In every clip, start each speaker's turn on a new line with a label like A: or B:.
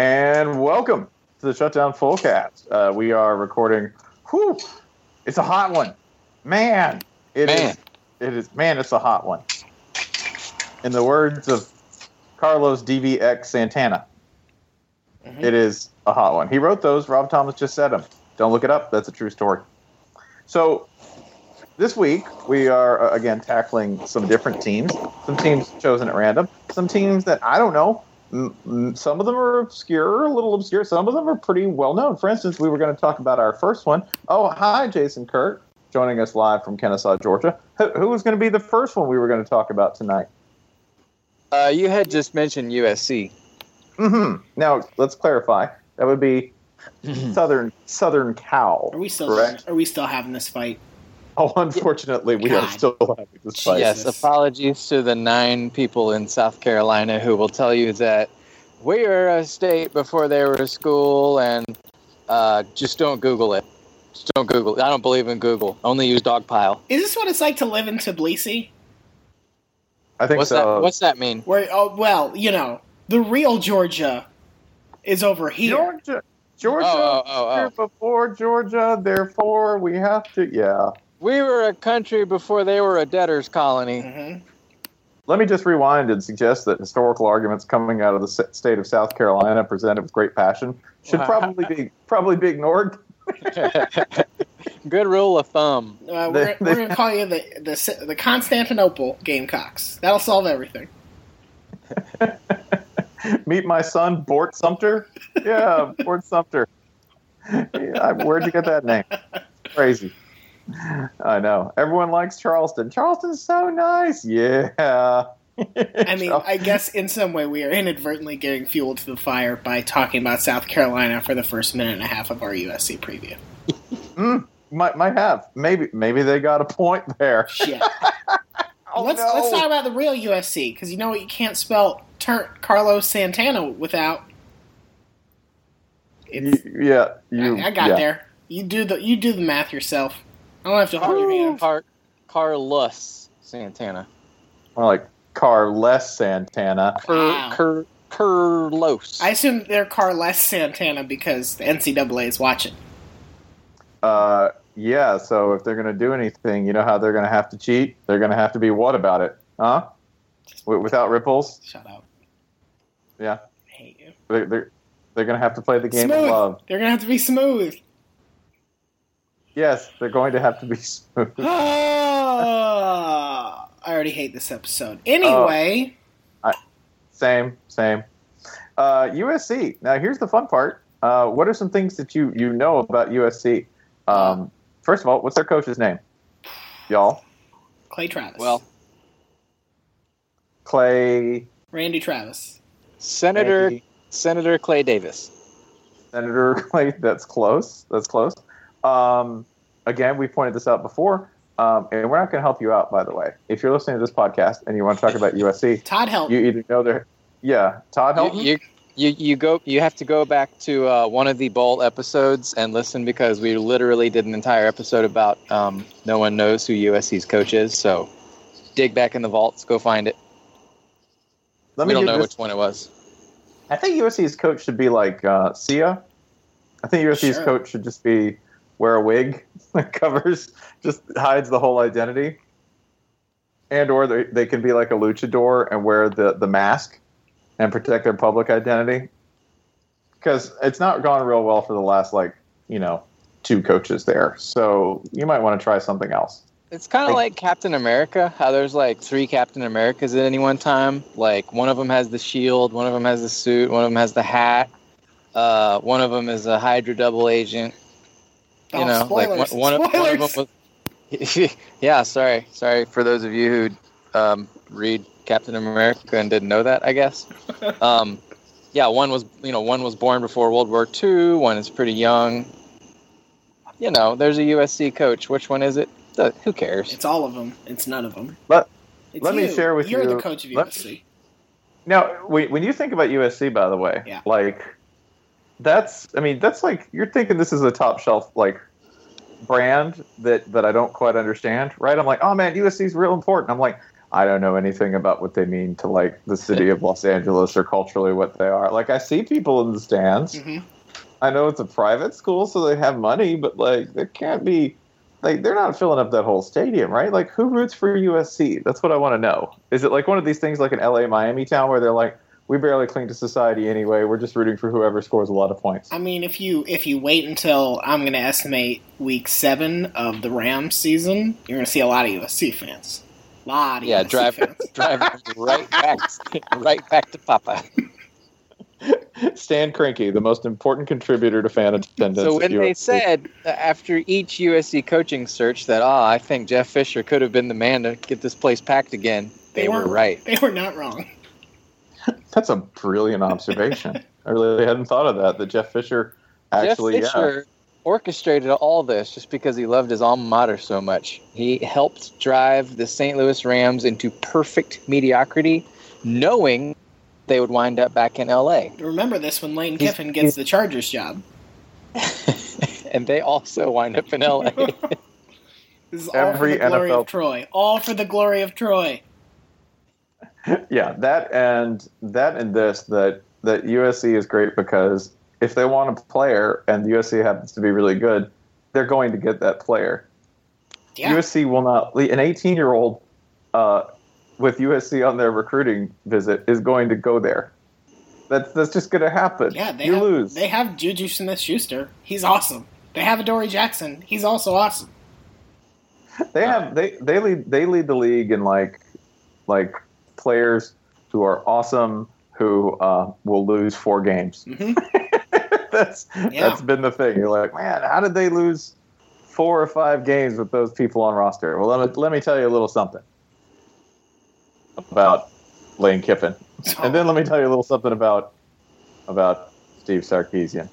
A: And welcome to the Shutdown Fullcast. Uh, we are recording. Whew, it's a hot one, man. It is.
B: Man.
A: It is. Man, it's a hot one. In the words of Carlos DVX Santana,
C: Mhm.
A: it is a hot one. He wrote those. Rob Thomas just said them. Don't look it up. That's a true story. So this week we are uh, again tackling some different teams. Some teams chosen at random. Some teams that I don't know m- m- some of them are obscure, a little obscure. Some of them are pretty well known. For instance, we were going to talk about our first one. Oh, hi, Jason Kirk, joining us live from Kennesaw, Georgia. Who, who was going to be the first one we were going to talk about tonight?
B: Uh, you had just mentioned USC.
A: hmm Now, let's clarify. That would be
B: Hmm.
A: Southern Southern Cow.
C: Are
B: Oh,
C: we still
A: correct?
C: are we still having this fight?
A: Oh, unfortunately, we are
C: God.
A: still having this fight.
B: Yes,
C: Jesus.
B: apologies to the nine people in South Carolina who will tell you that we were a state before they were a school, and uh, just don't Google it. Just don't Google it. I don't believe in Google. Only use Dogpile.
C: Is this what it's like to live in Tbilisi?
A: I think
B: What's
A: so.
B: that? What's that mean?
C: Where oh well, you know, the real Georgia is over here.
A: Georgia. Georgia.
B: Oh, oh, oh,
A: Before Georgia, therefore we have to. Yeah.
B: We were a country before they were a debtor's colony.
C: Mhm.
A: Let me just rewind and suggest that historical arguments coming out of the s- state of South Carolina, presented with great passion, should
B: Wow.
A: probably be probably be ignored.
B: Good rule of thumb.
C: Uh, we're,
A: They-
C: we're gonna call you the, the Si- the Constantinople Gamecocks. That'll solve everything.
A: Meet my son, Bort Sumter. Yeah, Bort Sumter. Yeah, where'd you get that name? Crazy. I know. Everyone likes Charleston. Charleston's so nice. Yeah. Oh,
C: I mean, I guess in some way we are inadvertently giving fuel to the fire by talking about South Carolina for the first minute and a half of our USC preview.
A: might might have maybe maybe they got a point there.
C: Shit.
A: Oh,
C: let's
A: no.
C: let's talk about the real USC because you know what you can't spell Tur- Carlos Santana without. It's,
A: Y- yeah, you.
C: I, I got
A: yeah.
C: there. You do the you do the math yourself. I don't have to hold your hand.
B: Car- Carlos Santana.
A: More like Carles Santana.
C: Wow.
B: Cur- cur- Curlos.
C: I assume they're Carles Santana because the NCAA is watching.
A: Uh, yeah, so if they're going to do anything, you know how they're going to have to cheat? They're going to have to be what about it? Huh? W- without ripples?
C: Shut up.
A: Yeah.
C: I hate you.
A: They're, they're, they're going to have to play the game
C: smooth.
A: of love.
C: They're gonna have to be smooth.
A: Yes, they're going to have to be smooth.
C: Ah, I already hate this episode. Anyway,
A: same, same. Uh, USC. Now, here's the fun part. Uh, what are some things that you, you know about USC? Um, first of all, what's their coach's name? Y'all?
C: Clay Travis.
B: well,
A: Clay,
C: Randy Travis.
B: Senator
A: Randy,
B: Senator Clay Davis.
A: Senator Clay. That's close. That's close. Um, again, we pointed this out before, um, and we're not going to help you out, by the way. If you're listening to this podcast and you want to talk about USC,
C: Todd Helton.
A: you either know their yeah, Todd
B: You,
A: Helton.
B: you, you, you go. You have to go back to uh, one of the bowl episodes and listen because we literally did an entire episode about um, no one knows who USC's coach is. So dig back in the vaults, go find it.
A: Let
B: we don't
A: give
B: know
A: this-
B: which one it was.
A: I think USC's coach should be like uh, Sia. I think USC's
C: Sure.
A: coach should just be wear a wig that covers, just hides the whole identity. And or they, they can be like a luchador and wear the, the mask and protect their public identity. Because it's not gone real well for the last, like, you know, two coaches there. So you might want to try something else.
B: It's kind
A: Like-
B: of like Captain America. How there's like three Captain Americas at any one time. Like one of them has the shield, one of them has the suit, one of them has the hat. Uh, one of them is a Hydra double agent. you
C: Oh,
B: know,
C: spoilers.
B: like one, one, of- one
C: spoilers.
B: of them was. yeah, sorry, sorry for those of you who um, read Captain America and didn't know that. I guess. Um, yeah, one was you know one was born before World War II. One is pretty young. You know, there's a USC coach. Which one is it? The- who cares?
C: It's all of them. It's none of them.
A: Let-
C: It's
A: let me
C: you.
A: share with
C: You're
A: you-
C: the coach of
A: let-
C: USC.
A: Now, when when you think about USC, by the way,
C: Yeah.
A: like that's, I mean, that's like you're thinking this is a top shelf like brand that that I don't quite understand, right? I'm like, oh man, USC's real important. I'm like, I don't know anything about what they mean to like the city of Los Angeles or culturally what they are. Like I see people in the stands.
B: Mm-hmm.
C: Mhm.
A: I know it's a private school, so they have money, but like there can't be like they're not filling up that whole stadium, right? Like who roots for USC? That's what I want to know. Is it like one of these things like in LA Miami town where they're like, We barely cling to society anyway, we're just rooting for whoever scores a lot of points.
C: I mean, if you if you wait until I'm going to estimate week seven of the Rams season, you're going to see a lot of USC fans. lot of
B: Yeah,
C: USC
B: drive
C: fans.
B: drive right back, right back to Papa.
A: Stan Cranky, the most important contributor to fan attendance.
B: So
A: at
B: when they
A: USC.
B: said uh, after each USC coaching search that ah, I think Jeff Fisher could have been the man to get this place packed again,
C: They
B: they were
C: weren't.
B: right.
C: They were not wrong.
A: That's a brilliant observation. I really hadn't thought of that. That Jeff Fisher actually,
B: Jeff Fisher orchestrated all this just because he loved his alma mater so much. He helped drive the St. Louis Rams into perfect mediocrity, knowing they would wind up back in LA.
C: Remember this when Lane
B: He's-
C: Kiffin gets the Chargers job.
B: and they also wind up in LA.
C: This is
A: Every
C: all for the glory
A: NFL
C: of Troy. All for the glory of Troy.
A: yeah, yeah, that and that and this that that USC is great because if they want a player and USC happens to be really good, they're going to get that player.
C: Yeah.
A: USC will not. An 18 year old uh, with USC on their recruiting visit is going to go there. That's that's just going to happen.
C: Yeah, they
A: you
C: have,
A: lose.
C: They have Juju Smith Schuster. He's awesome. They have Adoree Jackson. He's also awesome.
A: They have they they lead they lead the league in like like players who are awesome who uh, will lose four games.
C: hmm
A: that's
C: Yeah.
A: that's been the thing. You're like, man, how did they lose four or five games with those people on roster? Well, let me, let me tell you a little something about Lane Kiffin, and then let me tell you a little something about about Steve Sarkeesian.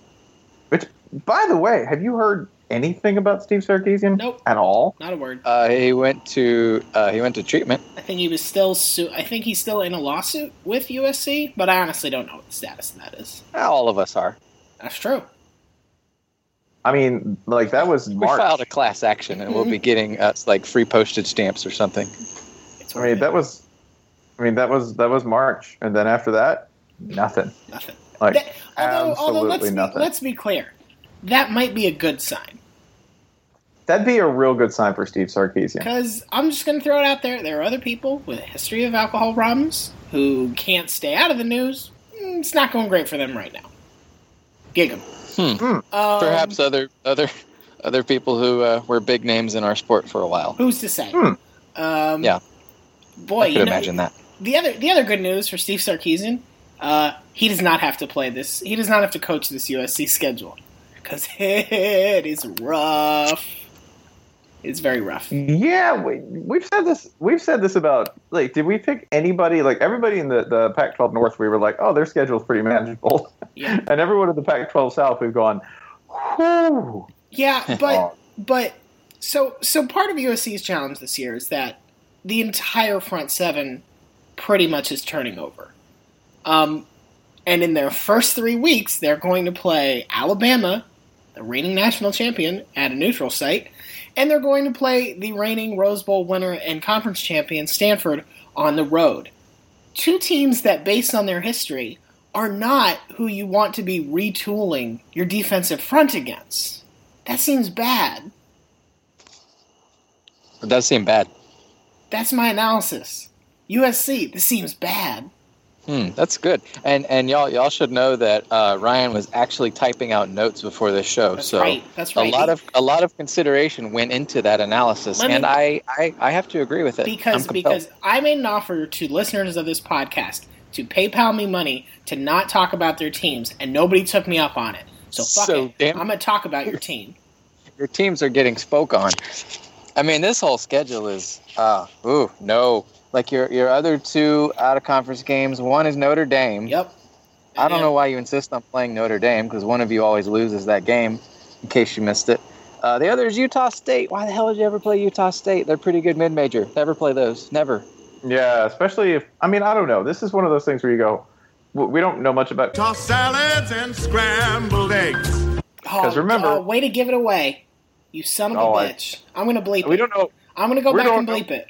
A: Which, by the way, have you heard anything about Steve Sarkeesian
C: Nope,
A: at all?
C: not a word.
B: Uh, he went to uh, he went to treatment.
C: I think he was still. Su- I think he's still in a lawsuit with USC, but I honestly don't know what the status of that is.
B: All of us are.
C: That's true.
A: I mean, like that was
B: We filed
A: March.
B: a class action, and we'll
C: Mm-hmm.
B: be getting us like free postage stamps or something.
C: It's
A: I mean, that was, I mean, that was that was March, and then after that, nothing.
C: nothing.
A: Like
C: That- although, although
A: absolutely
C: let's
A: nothing.
C: Be, let's be clear, that might be a good sign
A: that'd be a real good sign for Steve Sarkeesian.
C: because I'm just going to throw it out there. There are other people with a history of alcohol problems who can't stay out of the news. Mm, It's not going great for them right now. Gig 'em.
B: Hmm.
A: Hmm.
C: Um,
B: Perhaps other other other people who uh, were big names in our sport for a while.
C: Who's to say?
A: Hmm.
C: Um,
B: Yeah.
C: Boy,
B: I
C: you
B: could
C: know,
B: imagine that.
C: the other the other good news for Steve Sarkeesian, uh, he does not have to play this. He does not have to coach this USC schedule because it is rough. It's very rough.
A: Yeah, we, we've said this. We've said this about like, did we pick anybody? Like everybody in the the Pac-12 North, we were like, oh, their schedule's pretty manageable,
C: Yeah,
A: and everyone in the Pac-12 South, we've gone, whoo.
C: yeah, but
A: Oh,
C: but so so part of USC's challenge this year is that the entire front seven pretty much is turning over. Um, and in their first three weeks, they're going to play Alabama, the reigning national champion, at a neutral site, and they're going to play the reigning Rose Bowl winner and conference champion, Stanford, on the road. Two teams that, based on their history, are not who you want to be retooling your defensive front against. That seems bad.
B: It does seem bad.
C: That's my analysis. USC, this seems bad.
B: Hmm, that's good. And and y'all y'all should know that uh, Ryan was actually typing out notes before this show.
C: That's
B: so
C: right. That's right.
B: a lot of a lot of consideration went into that analysis,
C: Let me-
B: and I, I I have to agree with it. I'm
C: because
B: compelled.
C: because I made an offer to listeners of this podcast to PayPal me money to not talk about their teams, and nobody took me up on it. So fuck
B: So
C: it.
B: damn-
C: I'm gonna talk about your team.
B: your teams are getting spoke on. I mean, this whole schedule is ah ooh no. Like your your other two out of conference games, one is Notre Dame.
C: Yep.
B: I don't
C: And-
B: know why you insist on playing Notre Dame because one of you always loses that game. In case you missed it, uh, the other is Utah State. Why the hell would you ever play Utah State? They're pretty good mid major. Never play those. Never.
A: yeah, especially if I mean, I don't know. This is one of those things where you go, w- we don't know much about
D: tossed salads and scrambled eggs.
C: Oh,
A: 'cause remember-
C: oh, way to give it away, you son of a
A: Oh, I-
C: bitch. I, am gonna bleep
A: we
C: it.
A: don't know
C: I'm gonna go
A: we
C: back
A: don't
C: and
A: know-
C: bleep it.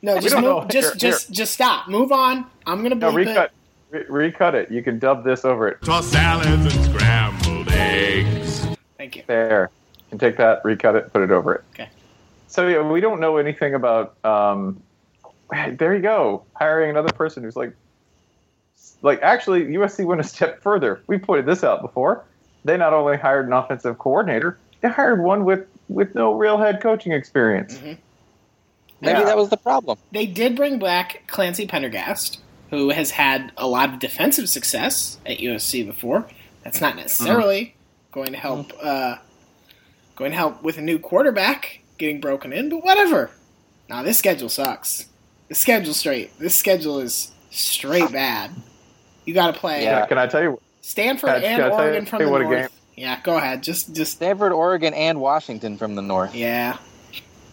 C: No, just
A: don't
C: move,
A: know.
C: just
A: Here,
C: just just stop. Move on. I'm gonna
A: No,
C: bleep
A: recut,
C: it.
A: re- recut it. You can dub this over it.
D: Toss salads and scrambled eggs.
C: Thank you.
A: There. You can take that, recut it, put it over it.
C: Okay.
A: So yeah, we don't know anything about. Um, there you go. Hiring another person who's like, like actually, USC went a step further. We pointed this out before. They not only hired an offensive coordinator, they hired one with with no real head coaching experience.
C: Mhm.
B: Maybe
A: Yeah.
B: that was the problem.
C: They did bring back Clancy Pendergast, who has had a lot of defensive success at USC before. That's not necessarily going to help. Uh, going to help with a new quarterback getting broken in, but whatever. Now this schedule sucks. This schedule's straight. This schedule is straight bad. You got to play
B: Yeah.
A: Can I tell you
C: Stanford
A: Pat,
C: and
A: can I tell you-
C: Oregon from
A: tell
C: the
A: you what a
C: north.
A: game-
C: Yeah, go ahead. Just just
B: Stanford, Oregon, and Washington from the north.
C: yeah.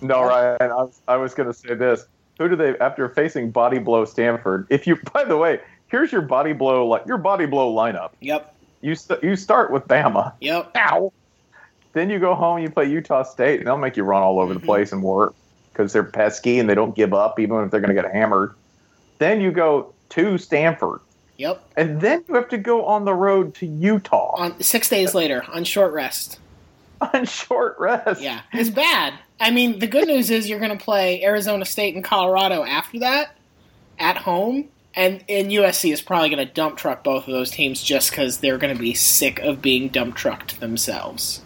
A: No, Ryan, I was, I was going to say this. Who do they after facing body blow Stanford? If you, by the way, here's your body blow like your body blow lineup.
C: Yep.
A: You st- you start with Bama,
C: Yep.
A: ow. Then you go home, you play Utah State, and they'll make you run all over
C: Mhm.
A: the place and work because they're pesky and they don't give up even if they're going to get hammered. Then you go to Stanford,
C: Yep.
A: and then you have to go on the road to Utah
C: On six days later, on short rest.
A: on short rest.
C: Yeah, it's bad. I mean, the good news is you're going to play Arizona State and Colorado after that at home, and and USC is probably going to dump truck both of those teams just because they're going to be sick of being dump trucked themselves,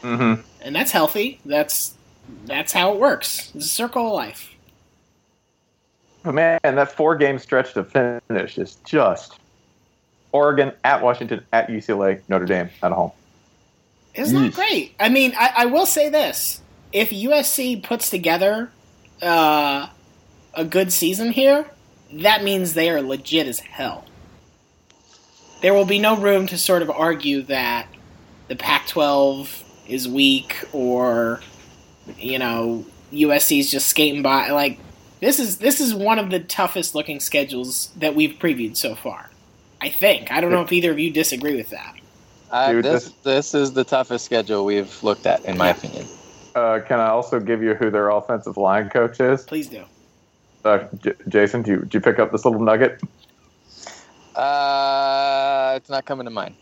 A: hmm
C: and that's healthy. That's that's how it works. It's a circle of life.
A: But man, that four game stretch to finish is just Oregon at Washington at UCLA Notre Dame at home.
C: It's not
A: Yeesh.
C: great. I mean, I, I will say this: if USC puts together uh, a good season here, that means they are legit as hell. There will be no room to sort of argue that the Pac-12 is weak or you know USC's just skating by. Like this is this is one of the toughest looking schedules that we've previewed so far. I think. I don't know if either of you disagree with that.
B: Uh,
A: Dude,
B: this
A: this-
B: this is the toughest schedule we've looked at, in my opinion.
A: Uh, can I also give you who their offensive line coach is?
C: Please do.
A: Uh, J- Jason, do you, do you pick up this little nugget?
B: Uh, it's not coming to mind.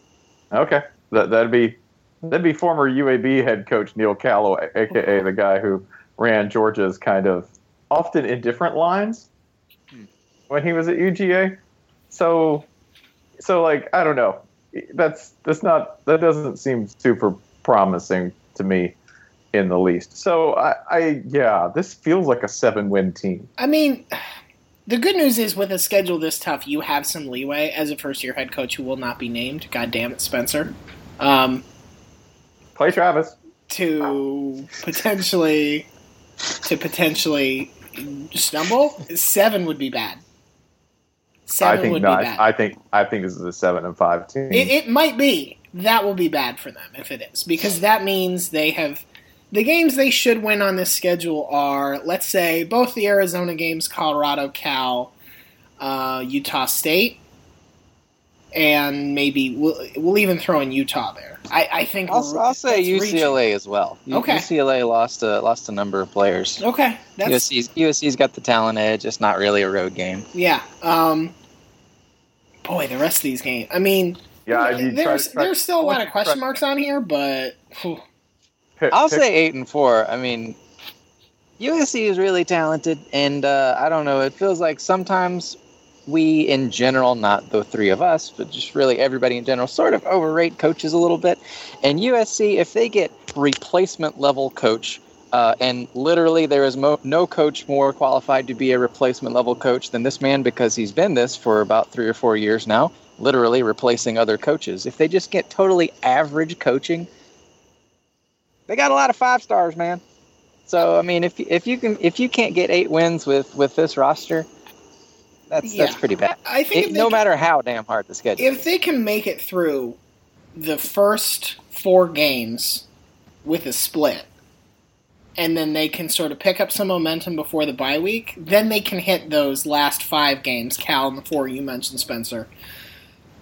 A: Okay, that that'd be that'd be former UAB head coach Neil Calloway, aka the guy who ran Georgia's kind of often indifferent lines
B: Hmm.
A: when he was at UGA. So, so like I don't know. That's that's not that doesn't seem super promising to me in the least. So I, I yeah, this feels like a seven win team.
C: I mean, the good news is with a schedule this tough, you have some leeway as a first year head coach who will not be named. God damn it, Spencer. Um,
A: Clay Travis.
C: to potentially to potentially stumble seven would be bad. Seven
A: I think
C: would
A: not.
C: be bad.
A: I think I think this is a seven and five team.
C: It, it might be. That will be bad for them if it is, because that means they have. The games they should win on this schedule are, let's say, both the Arizona games, Colorado, Cal, uh, Utah State, and maybe we'll, we'll even throw in Utah there. I, I think
B: I'll, I'll say
C: that's reaching.
B: UCLA as well. U-
C: Okay.
B: UCLA lost a lost a number of players.
C: Okay, that's
B: USC's USC's got the talent edge. It's not really a road game.
C: yeah. Um, boy, the rest of these games. I mean,
A: yeah, you try-
C: there's
A: try-
C: there's still a lot of question
A: try-
C: marks on here, but phew,
A: pick-
B: I'll
A: pick-
B: say eight and four. I mean, USC is really talented, and uh, I don't know. It feels like sometimes we, in general, not the three of us, but just really everybody in general, sort of overrate coaches a little bit. And USC, if they get replacement level coach, uh, and literally there is mo- no coach more qualified to be a replacement level coach than this man because he's been this for about three or four years now, literally replacing other coaches. If they just get totally average coaching, they got a lot of five stars, man. So I mean, if if you can if you can't get eight wins with with this roster, that's that's
C: Yeah.
B: pretty bad.
C: I think if
B: It-
C: they
B: no
C: can-
B: matter how damn hard the schedule.
C: if they can make it through the first four games with a split and then they can sort of pick up some momentum before the bye week then they can hit those last five games cal and the four you mentioned spencer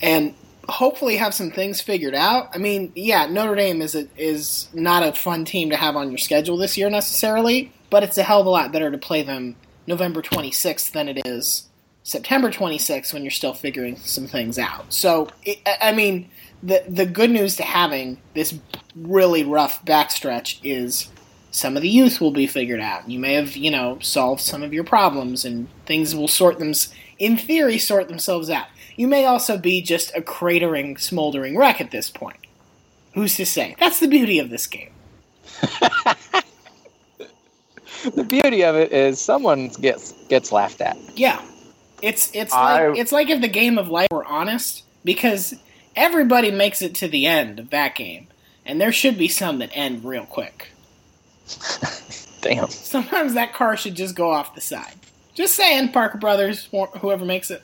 C: and hopefully have some things figured out i mean yeah notre dame is a, is not a fun team to have on your schedule this year necessarily but it's a hell of a lot better to play them November 26th than it is September 26th when you're still figuring some things out. So, it, I- I mean, the the good news to having this really rough backstretch is some of the youth will be figured out. You may have, you know, solved some of your problems and things will sort them in theory sort themselves out. You may also be just a cratering, smoldering wreck at this point. Who's to say? That's the beauty of this game.
B: The beauty of it is someone gets gets laughed at.
C: Yeah, it's it's
A: I-
C: like it's like if the game of life were honest, because everybody makes it to the end of that game, and there should be some that end real quick.
B: Damn.
C: Sometimes that car should just go off the side. Just saying, Parker Brothers, wh- whoever makes it.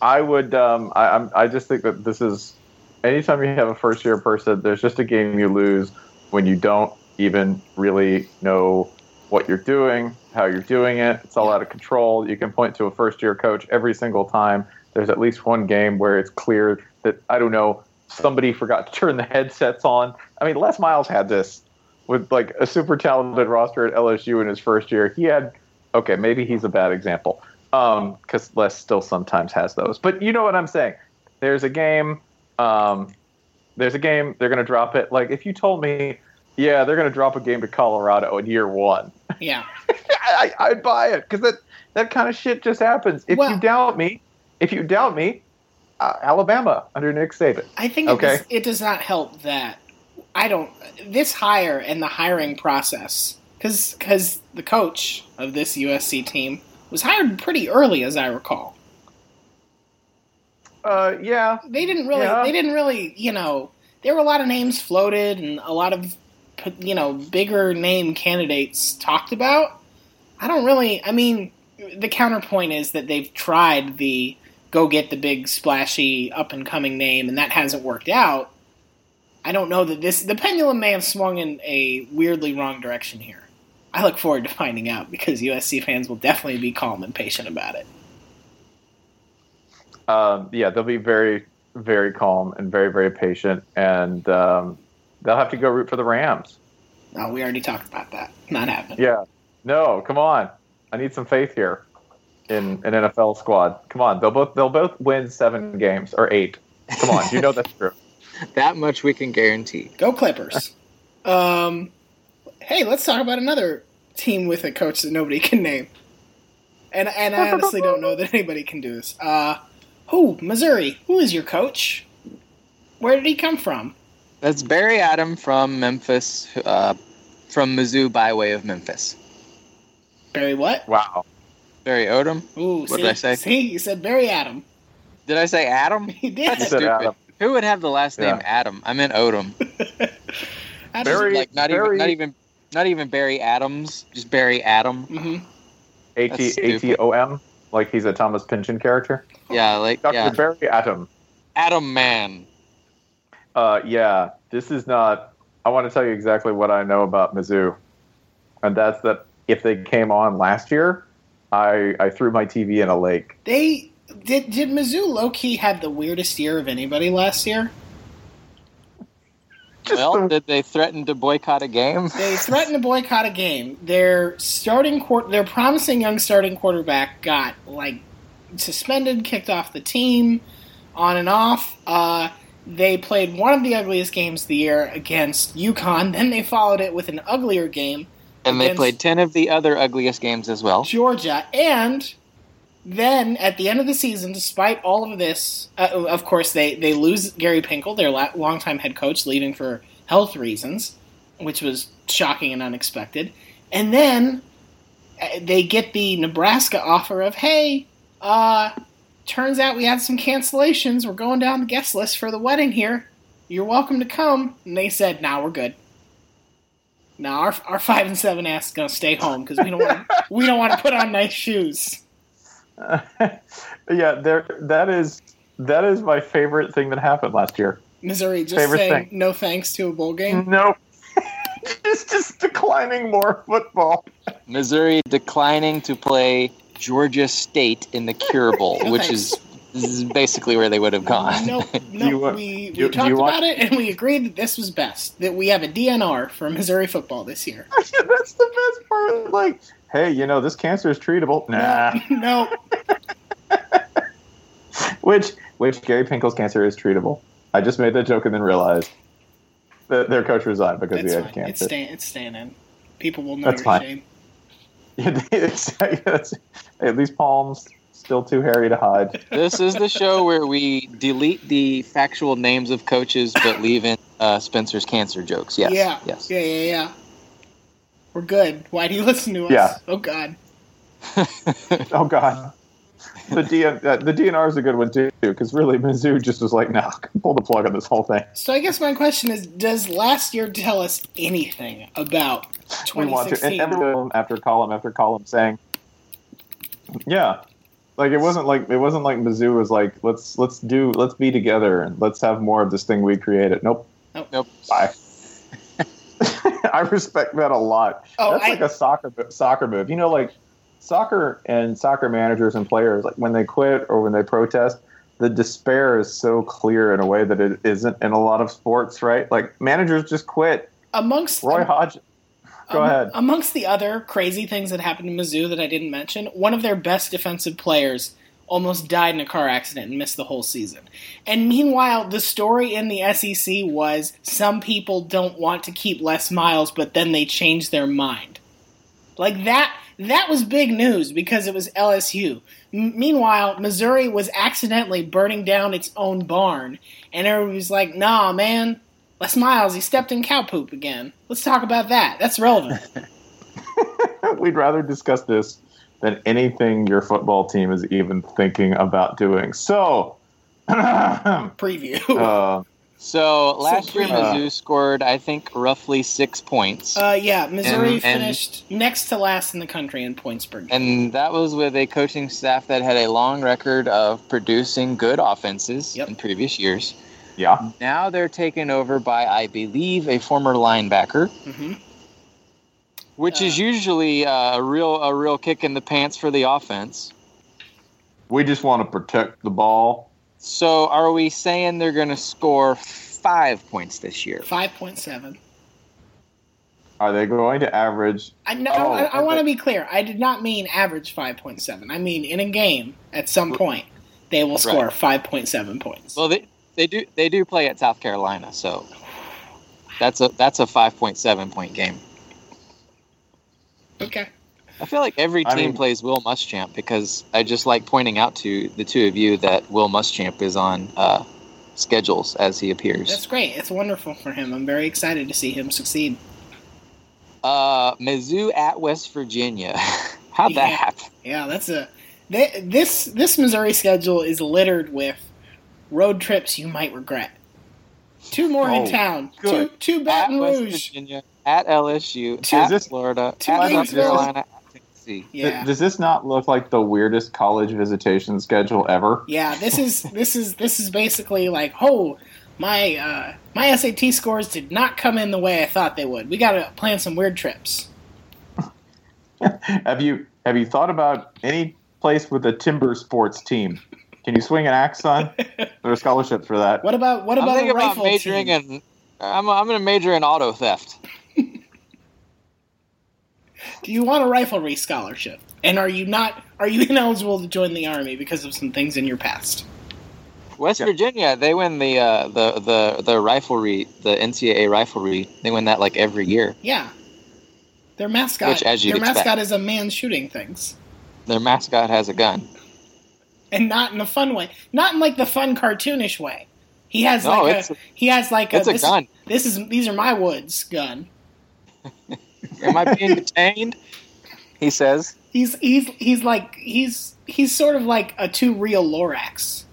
A: I would. Um, I, I'm, I just think that this is. Anytime you have a first year person, there's just a game you lose when you don't even really know what you're doing, how you're doing it. It's all out of control. You can point to a first year coach every single time. There's at least one game where it's clear that I don't know somebody forgot to turn the headsets on. I mean, Les Miles had this with like a super talented roster at LSU in his first year. He had okay, maybe he's a bad example um because les still sometimes has those but you know what i'm saying there's a game um there's a game they're gonna drop it like if you told me yeah they're gonna drop a game to colorado in year one
C: Yeah,
A: I, I- i'd buy it because that that kind of shit just happens if
C: Well-
A: you doubt me if you doubt me uh, alabama under nick saban
C: I think
A: Okay.
C: it, does, it does not help that I don't this hire and the hiring process because because the coach of this USC team was hired pretty early, as I recall.
A: uh yeah
C: they didn't really
A: Yeah.
C: they didn't really you know there were a lot of names floated and a lot of you know bigger name candidates talked about i don't really i mean the counterpoint is that they've tried the go get the big splashy up and coming name and that hasn't worked out i don't know that this the pendulum may have swung in a weirdly wrong direction here i look forward to finding out because usc fans will definitely be calm and patient about it
A: um, yeah, they'll be very, very calm and very, very patient, and um, they'll have to go root for the Rams.
C: oh we already talked about that not happening
A: Yeah. No, come on. I need some faith here in an NFL squad. Come on, they'll both they'll both win seven games or eight. Come on, you know that's true.
B: That much we can guarantee.
C: Go Clippers. um, hey, let's talk about another team with a coach that nobody can name. And and I honestly don't know that anybody can do this. Uh, who Missouri? Who is your coach? Where did he come from?
B: That's Barry Adam from Memphis, uh, from Mizzou by way of Memphis.
C: Barry what?
A: Wow.
B: Barry Odom.
C: Ooh,
B: What
C: see,
B: did I say?
C: See, you said Barry Adam.
B: Did I say Adam?
C: He did.
A: You said Adam.
B: Who would have the last name
A: Yeah.
B: Adam? I meant Odom.
C: How does-
A: Barry-
B: like not even
A: Barry-
B: not even not even Barry Adams. Just Barry Adam.
C: Mhm.
A: A
B: That's
A: T
B: stupid.
A: A T O M, like he's a Thomas Pynchon character.
B: Yeah, like
A: Dr.
B: yeah,
A: Barry Atom.
B: Adam Man.
A: Uh, yeah, this is not. I want to tell you exactly what I know about Mizzou, and that's that if they came on last year, I I threw my TV in a lake.
C: They did. Did Mizzou low key have the weirdest year of anybody last year?
A: Just
B: well,
A: the-
B: did they threaten to boycott a game?
C: They threatened to boycott a game. Their starting quar their promising young starting quarterback got like suspended, kicked off the team, on and off. Uh, they played one of the ugliest games of the year against UConn. Then they followed it with an uglier game,
B: And they
C: Against-
B: played ten of the other ugliest games as well.
C: Georgia, and then at the end of the season, despite all of this, uh, of course they they lose Gary Pinkel, their la- longtime head coach, leaving for health reasons, which was shocking and unexpected. And then uh, they get the Nebraska offer of, "Hey, uh, turns out we had some cancellations. We're going down the guest list for the wedding here. You're welcome to come." And they said, "Nah, we're good." Now our, our five and seven ass is gonna stay home because we don't want we don't want to put on nice shoes.
A: yeah, there. That is that is my favorite thing that happened last year.
C: Missouri just
A: Favorite
C: saying
A: thing. Mm-hmm.
C: no thanks to a bowl game.
A: Nope. it's just declining more football.
B: Missouri declining to play Georgia State in the Cure Bowl,
C: No
B: which
C: thanks.
B: is, this is basically where they would have gone.
C: Nope,
A: Do you
C: nope.
A: want-
C: we
A: do you-
C: we
A: do
C: talked
A: you
C: about
A: want-
C: it and we agreed that this was best. That we have a DNR for Missouri football this year.
A: That's the best part. Like, hey, you know, this cancer is treatable. Nah.
C: no,
A: which which Gary Pinkel's cancer is treatable. I just made that joke and then realized that their coach resigned because
C: that's
A: he
C: fine.
A: had
C: It's,
A: cancer.
C: staying, it's staying in. People will know
A: That's
C: your
A: fine.
C: shame.
A: Yeah, it's- it's- At least Palm's still too hairy to hide.
B: This is the show where we delete the factual names of coaches but leave in uh, Spencer's cancer jokes. Yes.
C: Yeah.
B: Yes.
C: Yeah, yeah, yeah. We're good. Why do you listen to us?
A: Yeah.
C: Oh God.
A: Oh God. The, DN, uh, the DNR is a good one too, because really Mizzou just was like, no, pull the plug on this whole thing.
C: So I guess my question is: Does last year tell us anything about
A: We want to, and
C: 2016?
A: uh, everyone after column after column saying, yeah, like it wasn't like it wasn't like Mizzou was like, let's let's do let's be together and let's have more of this thing we created. Nope.
B: Nope.
A: Bye. I respect that a lot.
C: Oh,
A: That's
C: I-
A: like a soccer soccer move. You know, like soccer and soccer managers and players, like when they quit or when they protest, the despair is so clear in a way that it isn't in a lot of sports, right? Like managers just quit.
C: amongst
A: Roy Hodge. Go
C: Am-
A: ahead.
C: Amongst the other crazy things that happened to Mizzou that I didn't mention, one of their best defensive players almost died in a car accident and missed the whole season. And meanwhile, the story in the SEC was some people don't want to keep Les Miles, but then they change their mind. Like that that was big news because it was LSU. M- meanwhile, Missouri was accidentally burning down its own barn and everybody was like, "Nah, man, Les Miles, he stepped in cow poop again. Let's talk about that. That's relevant."
A: We'd rather discuss this than anything your football team is even thinking about doing. So, uh,
C: Preview.
A: yeah,
B: So last year
C: pretty-
B: Mizzou scored, I think, roughly six points,
C: Uh, yeah, Missouri
B: And- and-
C: finished next to last in the country in points per game.
B: and that was with a coaching staff that had a long record of producing good offenses
C: Yep.
B: in previous years. Now they're taken over by, I believe, a former linebacker.
C: Mhm.
B: Which is
C: Uh,
B: usually uh, a real a real kick in the pants for the offense.
A: we just want to protect the ball.
B: So are we saying they're going to score five points this year?
C: Five point seven.
A: Are they going to average
C: I no,
A: Oh,
C: I, I want to
A: okay.
C: be clear. I did not mean average five point seven. I mean in a game at some point they will score five point seven points.
B: Well, they, they do they do play at South Carolina, so that's a that's a five point seven point game.
C: okay.
B: I feel like every
A: I
B: team
A: mean-
B: plays Will Muschamp because I just like pointing out to the two of you that Will Muschamp is on uh, schedules as he
C: That's
B: appears.
C: great. It's wonderful for him. I'm very excited to see him succeed.
B: Uh, Mizzou at West Virginia. How'd that
C: Yeah.
B: happen?
C: Yeah, that's a th- this this Missouri schedule is littered with road trips you might regret. Two more in
A: Oh,
C: town. Two
A: good.
C: two
B: At
C: Baton
B: West
C: Rouge.
B: Virginia, at LSU,
A: Two-
B: at
A: is this-
B: Florida,
C: two
B: at South
A: games, really?
B: Carolina, at Tennessee.
A: Th-
C: Yeah.
A: Does this not look like the weirdest college visitation schedule ever?
C: Yeah, this is this is this is basically like, oh, my uh, my SAT scores did not come in the way I thought they would. We got to plan some weird trips.
A: have you have you thought about any place with a timber sports team? Can you swing an axe, son? there are scholarships for that.
C: What about what
B: I'm
C: about a
B: thinking about
C: rifle
B: majoring
C: team?
B: in. I'm, I'm going to major in auto theft.
C: Do you want a riflery scholarship? And are you not are you ineligible to join the army because of some things in your past?
B: West
A: Yeah.
B: Virginia, they win the uh, the the the riflery, the NCAA riflery. They win that like every year.
C: Yeah. Their mascot
B: Which, as you'd
C: their
B: expect.
C: mascot is a man shooting things.
B: Their mascot has a gun.
C: And not in a fun way. Not in like the fun cartoonish way. He has
B: No,
C: like
B: it's-
C: a he has like
B: It's a
C: this-
B: gun.
C: This is these are my woods gun.
B: Am I being detained? He says.
C: He's he's he's like he's he's sort of like a two real Lorax.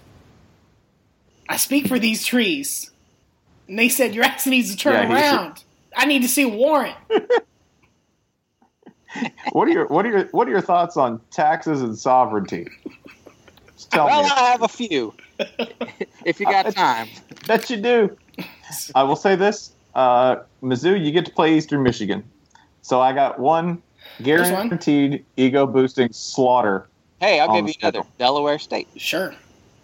C: I speak for these trees, and they said your ass needs to
A: Yeah,
C: turn
A: he's-
C: around. I need to see Warren.
A: What are your what are your what are your thoughts on taxes and sovereignty? Just tell
B: well,
A: me.
B: I have a few. if you got time.
A: Bet you do. I will say this: uh, Mizzou, you get to play Eastern Michigan. So I got one
C: There's one.
A: guaranteed ego boosting slaughter.
B: Hey, I'll
A: On
B: give
A: the
B: you another.
A: schedule.
B: Delaware State.
C: Sure.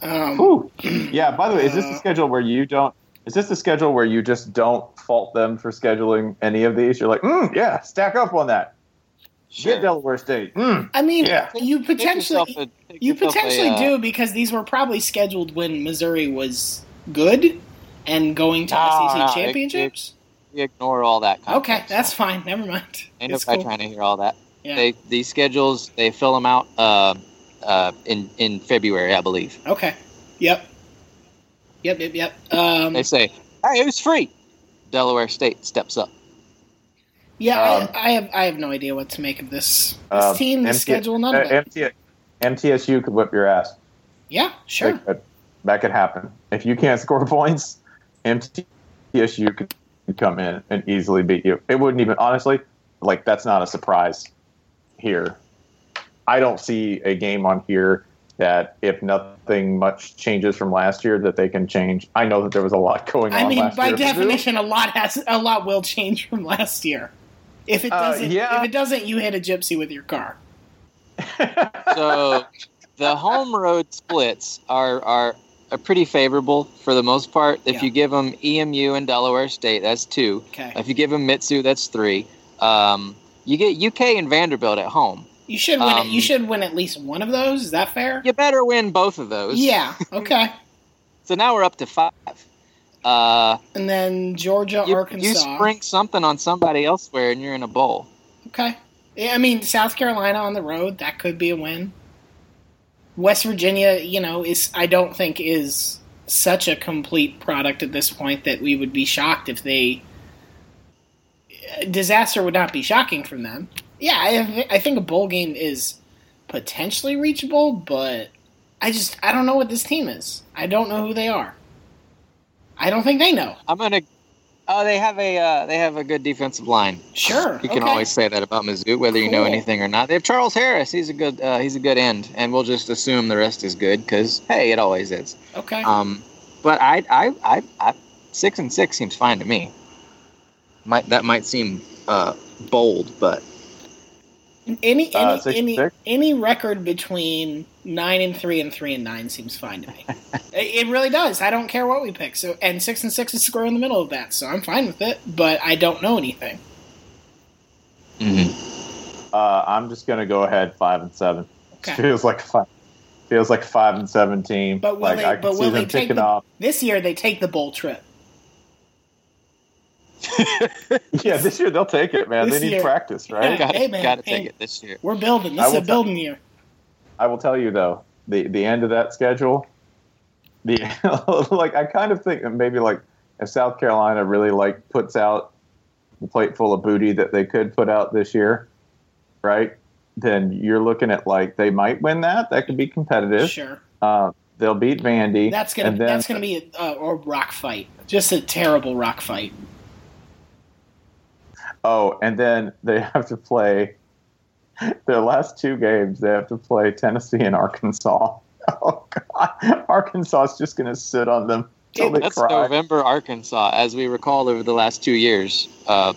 C: Um,
A: Ooh. Yeah. By the way, is this the
C: Uh,
A: schedule where you don't? Is this the schedule where you "Hmm, just don't fault them for scheduling any of these? You're like, mm, yeah, stack up on that. Get Delaware State. Mm.
C: I mean,
A: Yeah.
C: you
B: Pick yourself
C: potentially
B: a- pick
C: you
B: yourself a,
C: potentially
B: uh,
C: do because these were probably scheduled when Missouri was good and going to
B: No,
C: SEC
B: no, it-
C: championships.
B: We ignore all that. Kind
C: okay, that's fine. Never mind.
B: Ain't nobody
C: It's cool.
B: trying to hear all that.
C: Yeah.
B: They these schedules they fill them out uh, uh, in in February, I believe.
C: Okay. Yep. Yep. Yep. Yep. Um,
B: They say, "Hey, who's free?" Delaware State steps up.
C: yeah,
A: um,
C: I, I have I have no idea what to make of this this
A: Um,
C: team, the
A: MT
C: schedule, none
A: uh,
C: of it.
A: MT MTSU could whip your ass.
C: yeah, sure.
A: That, that, that could happen. If you can't score points, MTSU could come in and easily beat you. It wouldn't even, honestly, like, that's not a surprise here. I don't see a game on here that, if nothing much changes from last year, that they can change. I know that there was a lot going on
C: I mean,
A: last
C: by
A: year.
C: definition, a lot has a lot will change from last year. If it
A: Uh,
C: doesn't,
A: yeah.
C: if it doesn't, you hit a gypsy with your car.
B: So the home road splits are are are pretty favorable for the most part. If
C: Yeah.
B: you give them EMU and Delaware State, that's two.
C: Okay,
B: If you give them Mitsu, that's three. Um, you get UK and Vanderbilt at home.
C: you should win.
B: um,
C: you should win at least one of those. Is that fair?
B: You better win both of those.
C: Yeah. Okay.
B: So now we're up to five. Uh,
C: And then Georgia,
B: you,
C: Arkansas.
B: you spring something on somebody elsewhere and you're in a bowl.
C: Okay. Yeah, I mean, South Carolina on the road, that could be a win. West Virginia, you know, is I don't think is such a complete product at this point that we would be shocked if they disaster would not be shocking from them. Yeah, I have, I think a bowl game is potentially reachable, but I just I don't know what this team is. I don't know who they are. I don't think they know.
B: I'm gonna. Oh, they have a uh, they have a good defensive line.
C: Sure,
B: you can
C: okay.
B: always say that about Mizzou, whether you know
C: Cool.
B: anything or not. They have Charles Harris. He's a good uh, he's a good end, and we'll just assume the rest is good because hey, it always is.
C: Okay.
B: Um, but I, I I I six and six seems fine to me. Might that might seem uh, bold, but
C: Any any
A: Uh, six and
C: any
A: six?
C: any record between nine and three and three and nine seems fine to me. it it really does. I don't care what we pick. So and six and six is square in the middle of that, so I'm fine with it. But I don't know anything.
A: Uh, I'm just going to go ahead five and seven.
C: Okay.
A: Feels like a five. Feels like a five and seven team.
C: But will
A: like
C: they-
A: I can
C: but
A: see
C: will
A: them
C: they take
A: picking
C: the-
A: off.
C: This year they take the bowl trip.
A: Yeah, this year they'll take it, man.
C: This
A: they need
C: year.
A: practice, right?
C: Yeah.
B: gotta,
C: Hey, man,
B: gotta
C: hey.
B: take it this year.
C: We're building.
A: I
C: This is
A: will
C: a
A: t-
C: building year.
A: I will tell you though, the the end of that schedule, the like I kind of think that maybe like if South Carolina really like puts out the plate full of booty that they could put out this year, right? Then you're looking at like they might win that. That could be competitive.
C: Sure.
A: Uh, they'll beat Vandy.
C: That's gonna
A: and then-
C: that's gonna be a, a rock fight. Just a terrible rock fight.
A: Oh, and then they have to play their last two games. They have to play Tennessee and Arkansas. Oh God, Arkansas is just going to sit on them till they
B: That's
A: cry.
B: November, Arkansas. As we recall over the last two years, uh,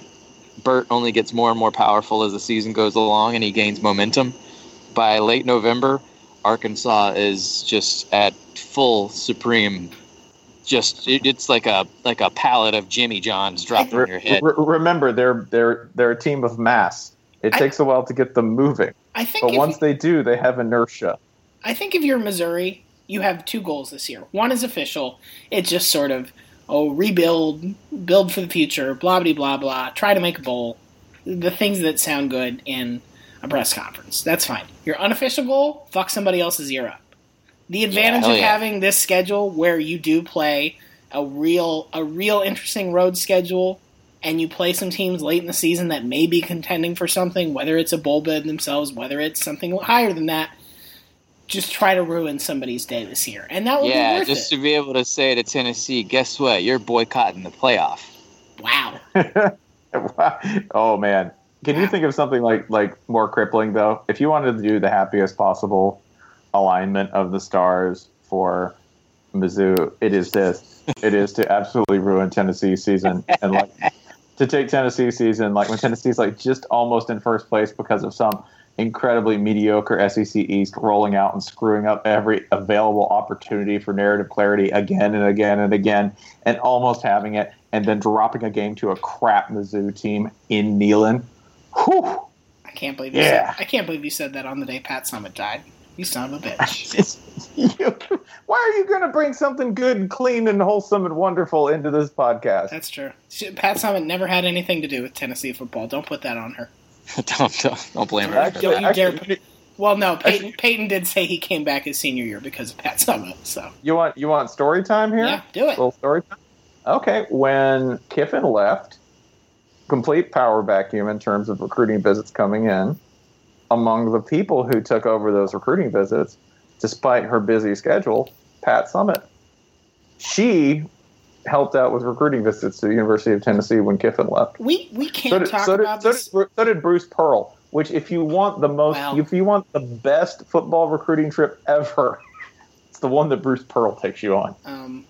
B: Burt only gets more and more powerful as the season goes along and he gains momentum. By late November, Arkansas is just at full supreme. Just it, it's like a like a pallet of Jimmy John's dropped on your
A: Re-
B: head.
A: re- remember, they're they're they're a team of mass. It
C: I-
A: takes a while to get them moving,
C: I think
A: but
C: if-
A: once they do, they have inertia.
C: I think if you're Missouri, you have two goals this year. One is official. It's just sort of oh rebuild, build for the future, blah blah blah blah. Try to make a bowl. The things that sound good in a press conference. That's fine. Your unofficial goal, fuck somebody else's ear up. The advantage
B: hell
C: of
B: yeah.
C: having this schedule where you do play a real a real interesting road schedule and you play some teams late in the season that may be contending for something, whether it's a bowl bid themselves, whether it's something higher than that, just try to ruin somebody's day this year, and that will be
B: Yeah,
C: worth
B: just
C: it.
B: to be able to say to Tennessee, guess what? You're boycotting the playoff.
C: Wow.
A: oh man, can you think of something like like more crippling though? If you wanted to do the happiest possible alignment of the stars for Mizzou, it is this. It is to absolutely ruin Tennessee's season and like to take Tennessee's season like when Tennessee's like just almost in first place because of some incredibly mediocre SEC East rolling out and screwing up every available opportunity for narrative clarity again and again and again and almost having it and then dropping a game to a crap Mizzou team in Neyland. Whew.
C: I can't believe you
A: Yeah.
C: said, I can't believe you said that on the day Pat Summit died. You son of a bitch.
A: You- why are you going to bring something good and clean and wholesome and wonderful into this podcast?
C: That's true. She, Pat Summit never had anything to do with Tennessee football. Don't put that on her.
B: don't, don't don't blame her.
A: Actually,
C: Don't you dare
A: actually,
C: Well, no, Peyton,
A: Actually-
C: Peyton did say he came back his senior year because of Pat Summit. So
A: you want you want story time here?
C: yeah, do it.
A: Little story time. Okay, when Kiffin left, complete power vacuum in terms of recruiting visits coming in. Among the people who took over those recruiting visits, despite her busy schedule, Pat Summit. She helped out with recruiting visits to the University of Tennessee when Kiffin left.
C: we we can't
A: so did,
C: talk
A: so did,
C: about
A: so
C: this.
A: Did, Bru- so did Bruce Pearl, which if you want the most,
C: Wow.
A: if you want the best football recruiting trip ever, it's the one that Bruce Pearl takes you on.
C: um,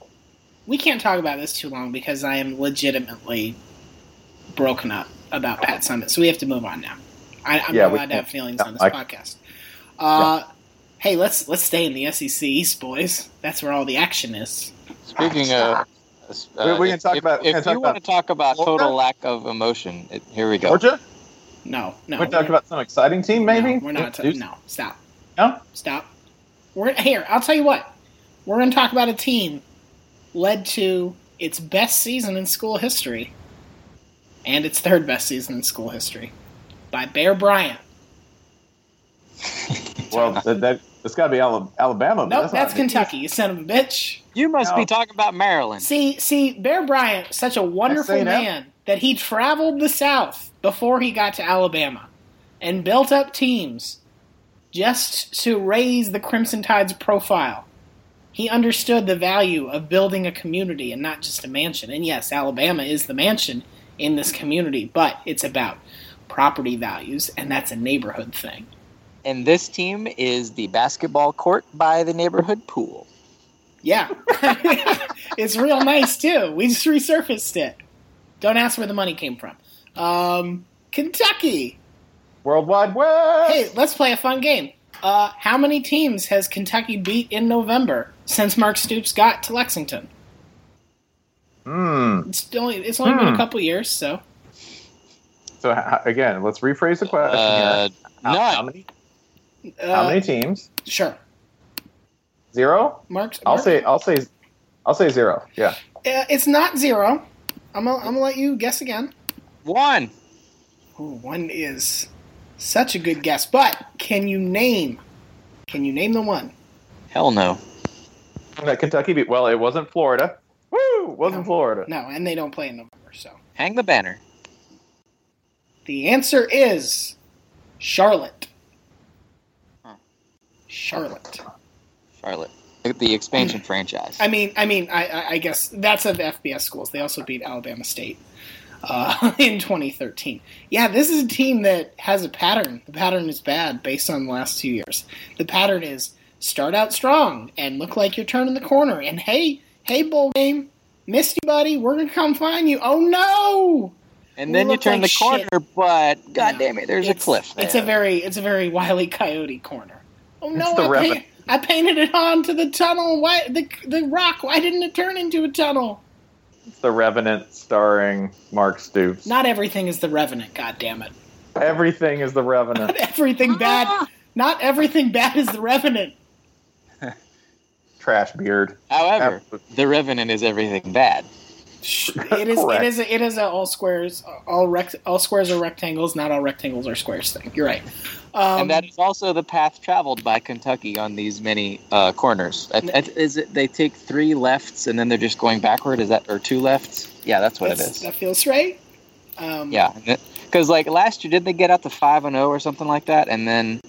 C: we can't talk about this too long because I am legitimately broken up about Pat Summit. So we have to move on now. I, I'm
A: Yeah,
C: not
A: we
C: allowed to
A: can't-
C: have feelings
A: yeah,
C: on this
A: I-
C: podcast. Uh, Hey, let's let's stay in the SEC East, boys. That's where all the action is.
B: Speaking of, uh,
A: We- we can
B: if-
A: talk
B: if,
A: about- we
B: If
A: can
B: you
A: talk
B: want to talk about total
A: Florida?
B: lack of emotion, it, here we go.
A: Georgia?
C: No, no.
A: We're talking about some exciting team, maybe?
C: No, we're not.
A: Duke?
C: no, stop.
A: No?
C: Stop. We're here. I'll tell you what. We're going to talk about a team led to its best season in school history and its third best season in school history by Bear Bryant.
A: Well, that, that, that's got to be Ala- Alabama. but
C: No, nope, that's
A: not-
C: Kentucky. You son of a bitch.
B: You must
A: No.
B: be talking about Maryland.
C: See, see, Bear Bryant, such a wonderful
A: thing you know-
C: man, that he traveled the South before he got to Alabama and built up teams just to raise the Crimson Tide's profile. He understood the value of building a community and not just a mansion. And yes, Alabama is the mansion in this community, but it's about property values, and that's a neighborhood thing.
B: And this team is the basketball court by the neighborhood pool.
C: Yeah. it's real nice too. We just resurfaced it. Don't ask where the money came from. Um, Kentucky.
A: World Wide West.
C: Hey, let's play a fun game. Uh, how many teams has Kentucky beat in November since Mark Stoops got to Lexington?
A: Hmm.
C: It's only it's only been a
A: Hmm.
C: couple years, so
A: So, h- again, let's rephrase the question.
B: Uh,
A: here. How, how
B: none.
A: many,
C: uh,
A: how many teams?
C: Sure,
A: Zero?
C: Mark.
A: I'll
C: Mark-
A: say, uh, I'll say, I'll say zero. Yeah.
C: uh, it's not zero. I'm gonna, I'm gonna let you guess again.
B: One.
C: Ooh, one is such a good guess, but can you name? Can you name the one?
B: Hell no.
A: That Kentucky beat. Well, it wasn't Florida. Woo! Wasn't
C: No.
A: Florida.
C: No, and they don't play in November, so.
B: Hang the banner.
C: The answer is Charlotte.
B: Huh.
C: Charlotte.
B: Charlotte. The expansion franchise.
C: Mm. I mean, I mean, I- I, I guess that's of FBS schools. They also beat Alabama State uh, in 2013. Yeah, this is a team that has a pattern. The pattern is bad based on the last two years. The pattern is start out strong and look like you're turning the corner. And hey, hey, bowl game, missed you, buddy. We're gonna come find you. Oh no!
B: and then you
C: look
B: turn
C: like
B: the corner, but god
C: No.
B: damn it, there's a
C: It's-
B: cliff.
C: It's a
B: there.
C: very it's a very wily coyote corner. Oh no!
A: It's the
C: I,
A: rabbit.
C: paint- I painted it on to the tunnel. Why the the rock? Why didn't it turn into a tunnel?
A: The Revenant, starring Mark Stoops.
C: Not everything is the revenant. God damn it!
A: Everything is the Revenant.
C: Not
B: Ah!
C: everything bad. Not everything bad is the revenant.
A: Trash beard.
B: However,
A: Absolutely.
B: the Revenant is everything bad.
C: It is. It
A: Correct.
C: is. A, it is a all squares. All rect. All squares are rectangles. Not all rectangles are squares. Thing. You're right. Um,
B: and that is also the path traveled by Kentucky on these many uh, corners. I- I- Is it they take three lefts and then they're just going backward? Is that or two lefts? Yeah, that's what
C: that's-
B: it
C: That
B: is.
C: feels right. Um,
B: Yeah, because like last year, did they get out to five and zero or something like that? And then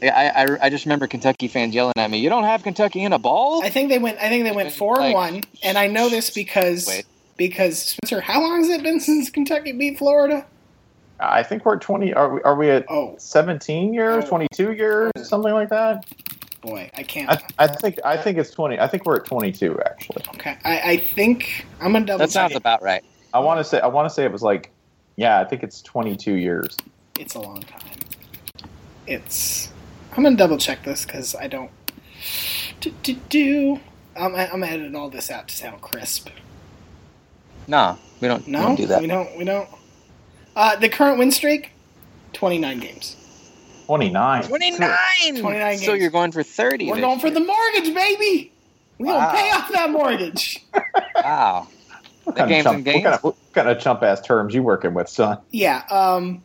B: yeah, I, I I just remember Kentucky fans yelling at me, "You don't have Kentucky in a ball."
C: I think they went. I think they went four and
B: Like-
C: one, and I know this because
B: Wait.
C: because Spencer. How long has it been since Kentucky beat Florida?
A: I think we're at twenty. Are we? Are we at
C: Oh
A: seventeen years, twenty-two years, something like that?
C: boy, I can't.
A: I, I think. I think it's twenty. I think we're at twenty-two. Actually,
C: okay, I, I think I'm gonna double.
B: that sounds
C: check.
B: about right.
A: I want to say. I want to say it was like. Yeah, I think it's twenty-two years.
C: It's a long time. It's. I'm gonna double check this because I don't. Do do do. I'm, I'm gonna edit all this out to sound crisp.
B: Nah, we don't, we
C: No,
B: don't do that.
C: we don't. We don't. Uh, the current win streak 29 games.
A: 29.
B: 29!
C: 29
B: So
C: games.
B: you're going for 30.
C: We're
B: this
C: going for
B: year.
C: the mortgage, baby. We're
A: Wow.
C: going to pay off that mortgage.
B: Wow.
A: What
B: The
A: kind, of
B: games
A: chump,
B: and
A: what
B: games?
A: kind of what kind of chump ass terms you working with, son?
C: Yeah. Um,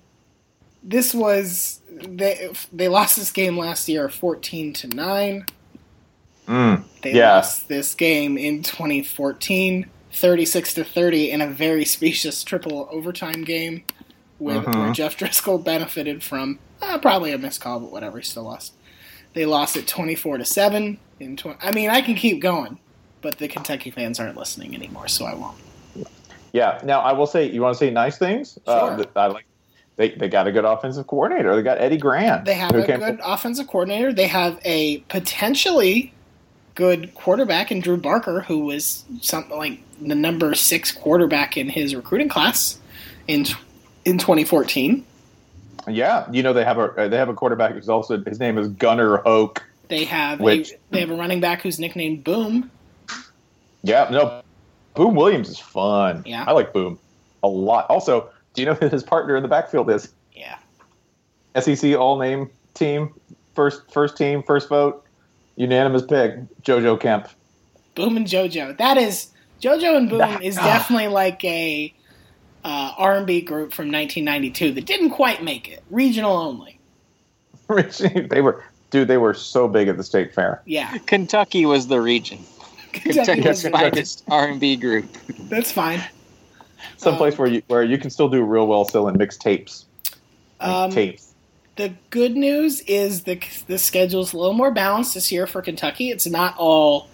C: this was they they lost this game last year, fourteen to nine.
B: Hmm.
A: Mm.
C: They
A: Yeah.
C: lost this game in 2014, 36 to 30, in a very specious triple overtime game, with
A: Mhm.
C: where Jeff Driscoll benefited from uh, probably a missed call, but whatever. He still lost. They lost it 24 to seven. In tw- I mean, I can keep going, but the Kentucky fans aren't listening anymore, so I won't.
A: Yeah. Now I will say, you want to say nice things? Uh,
C: Sure.
A: th- I like. They, they got a good offensive coordinator. They got Eddie Grant.
C: They have
A: who
C: a
A: came
C: good offensive coordinator. They have a potentially good quarterback in Drew Barker, who was something like the number six quarterback in his recruiting class in tw- in 2014.
A: from- yeah, you know they have a uh, they have a quarterback who's also his name is Gunnar Hoke.
C: They have a,
A: Which-
C: they have a running back who's nicknamed Boom.
A: Yeah, no, Boom Williams is fun.
C: Yeah.
A: I like Boom a lot. Also, do you know who his partner in the backfield is?
C: Yeah,
A: SEC All Name E Team first first team first vote unanimous pick JoJo Kemp.
C: Boom and JoJo. That is JoJo and Boom is definitely like a uh, R&B group from 1992 that didn't quite make it regional only.
A: Richie, they were dude. They were so big at the state fair.
C: Yeah,
B: Kentucky was the region.
C: Kentucky
B: Kentucky's
C: was
A: Kentucky.
C: good.
B: finest R&B group.
C: That's fine.
A: Someplace
C: Um,
A: where you where you can still do real well still in mixed tapes. Like
C: Um,
A: tapes.
C: The good news is the the schedule's a little more balanced this year for Kentucky. It's not all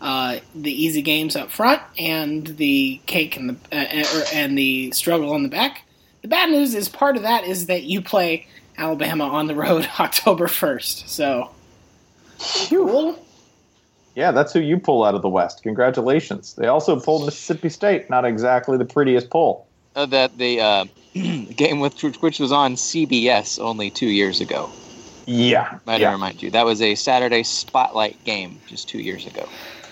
C: uh, the easy games up front and the cake and the uh, er, and the struggle on the back. The bad news is part of that is that you play Alabama on the road October first. So cool.
A: Yeah, that's who you pull out of the West. Congratulations. They also pulled Mississippi State. Not exactly the prettiest pull.
B: Uh, that the uh, game with which was on CBS only two years ago.
A: Yeah,
B: Might I
A: yeah.
B: remind you, that was a Saturday Spotlight game just two years ago.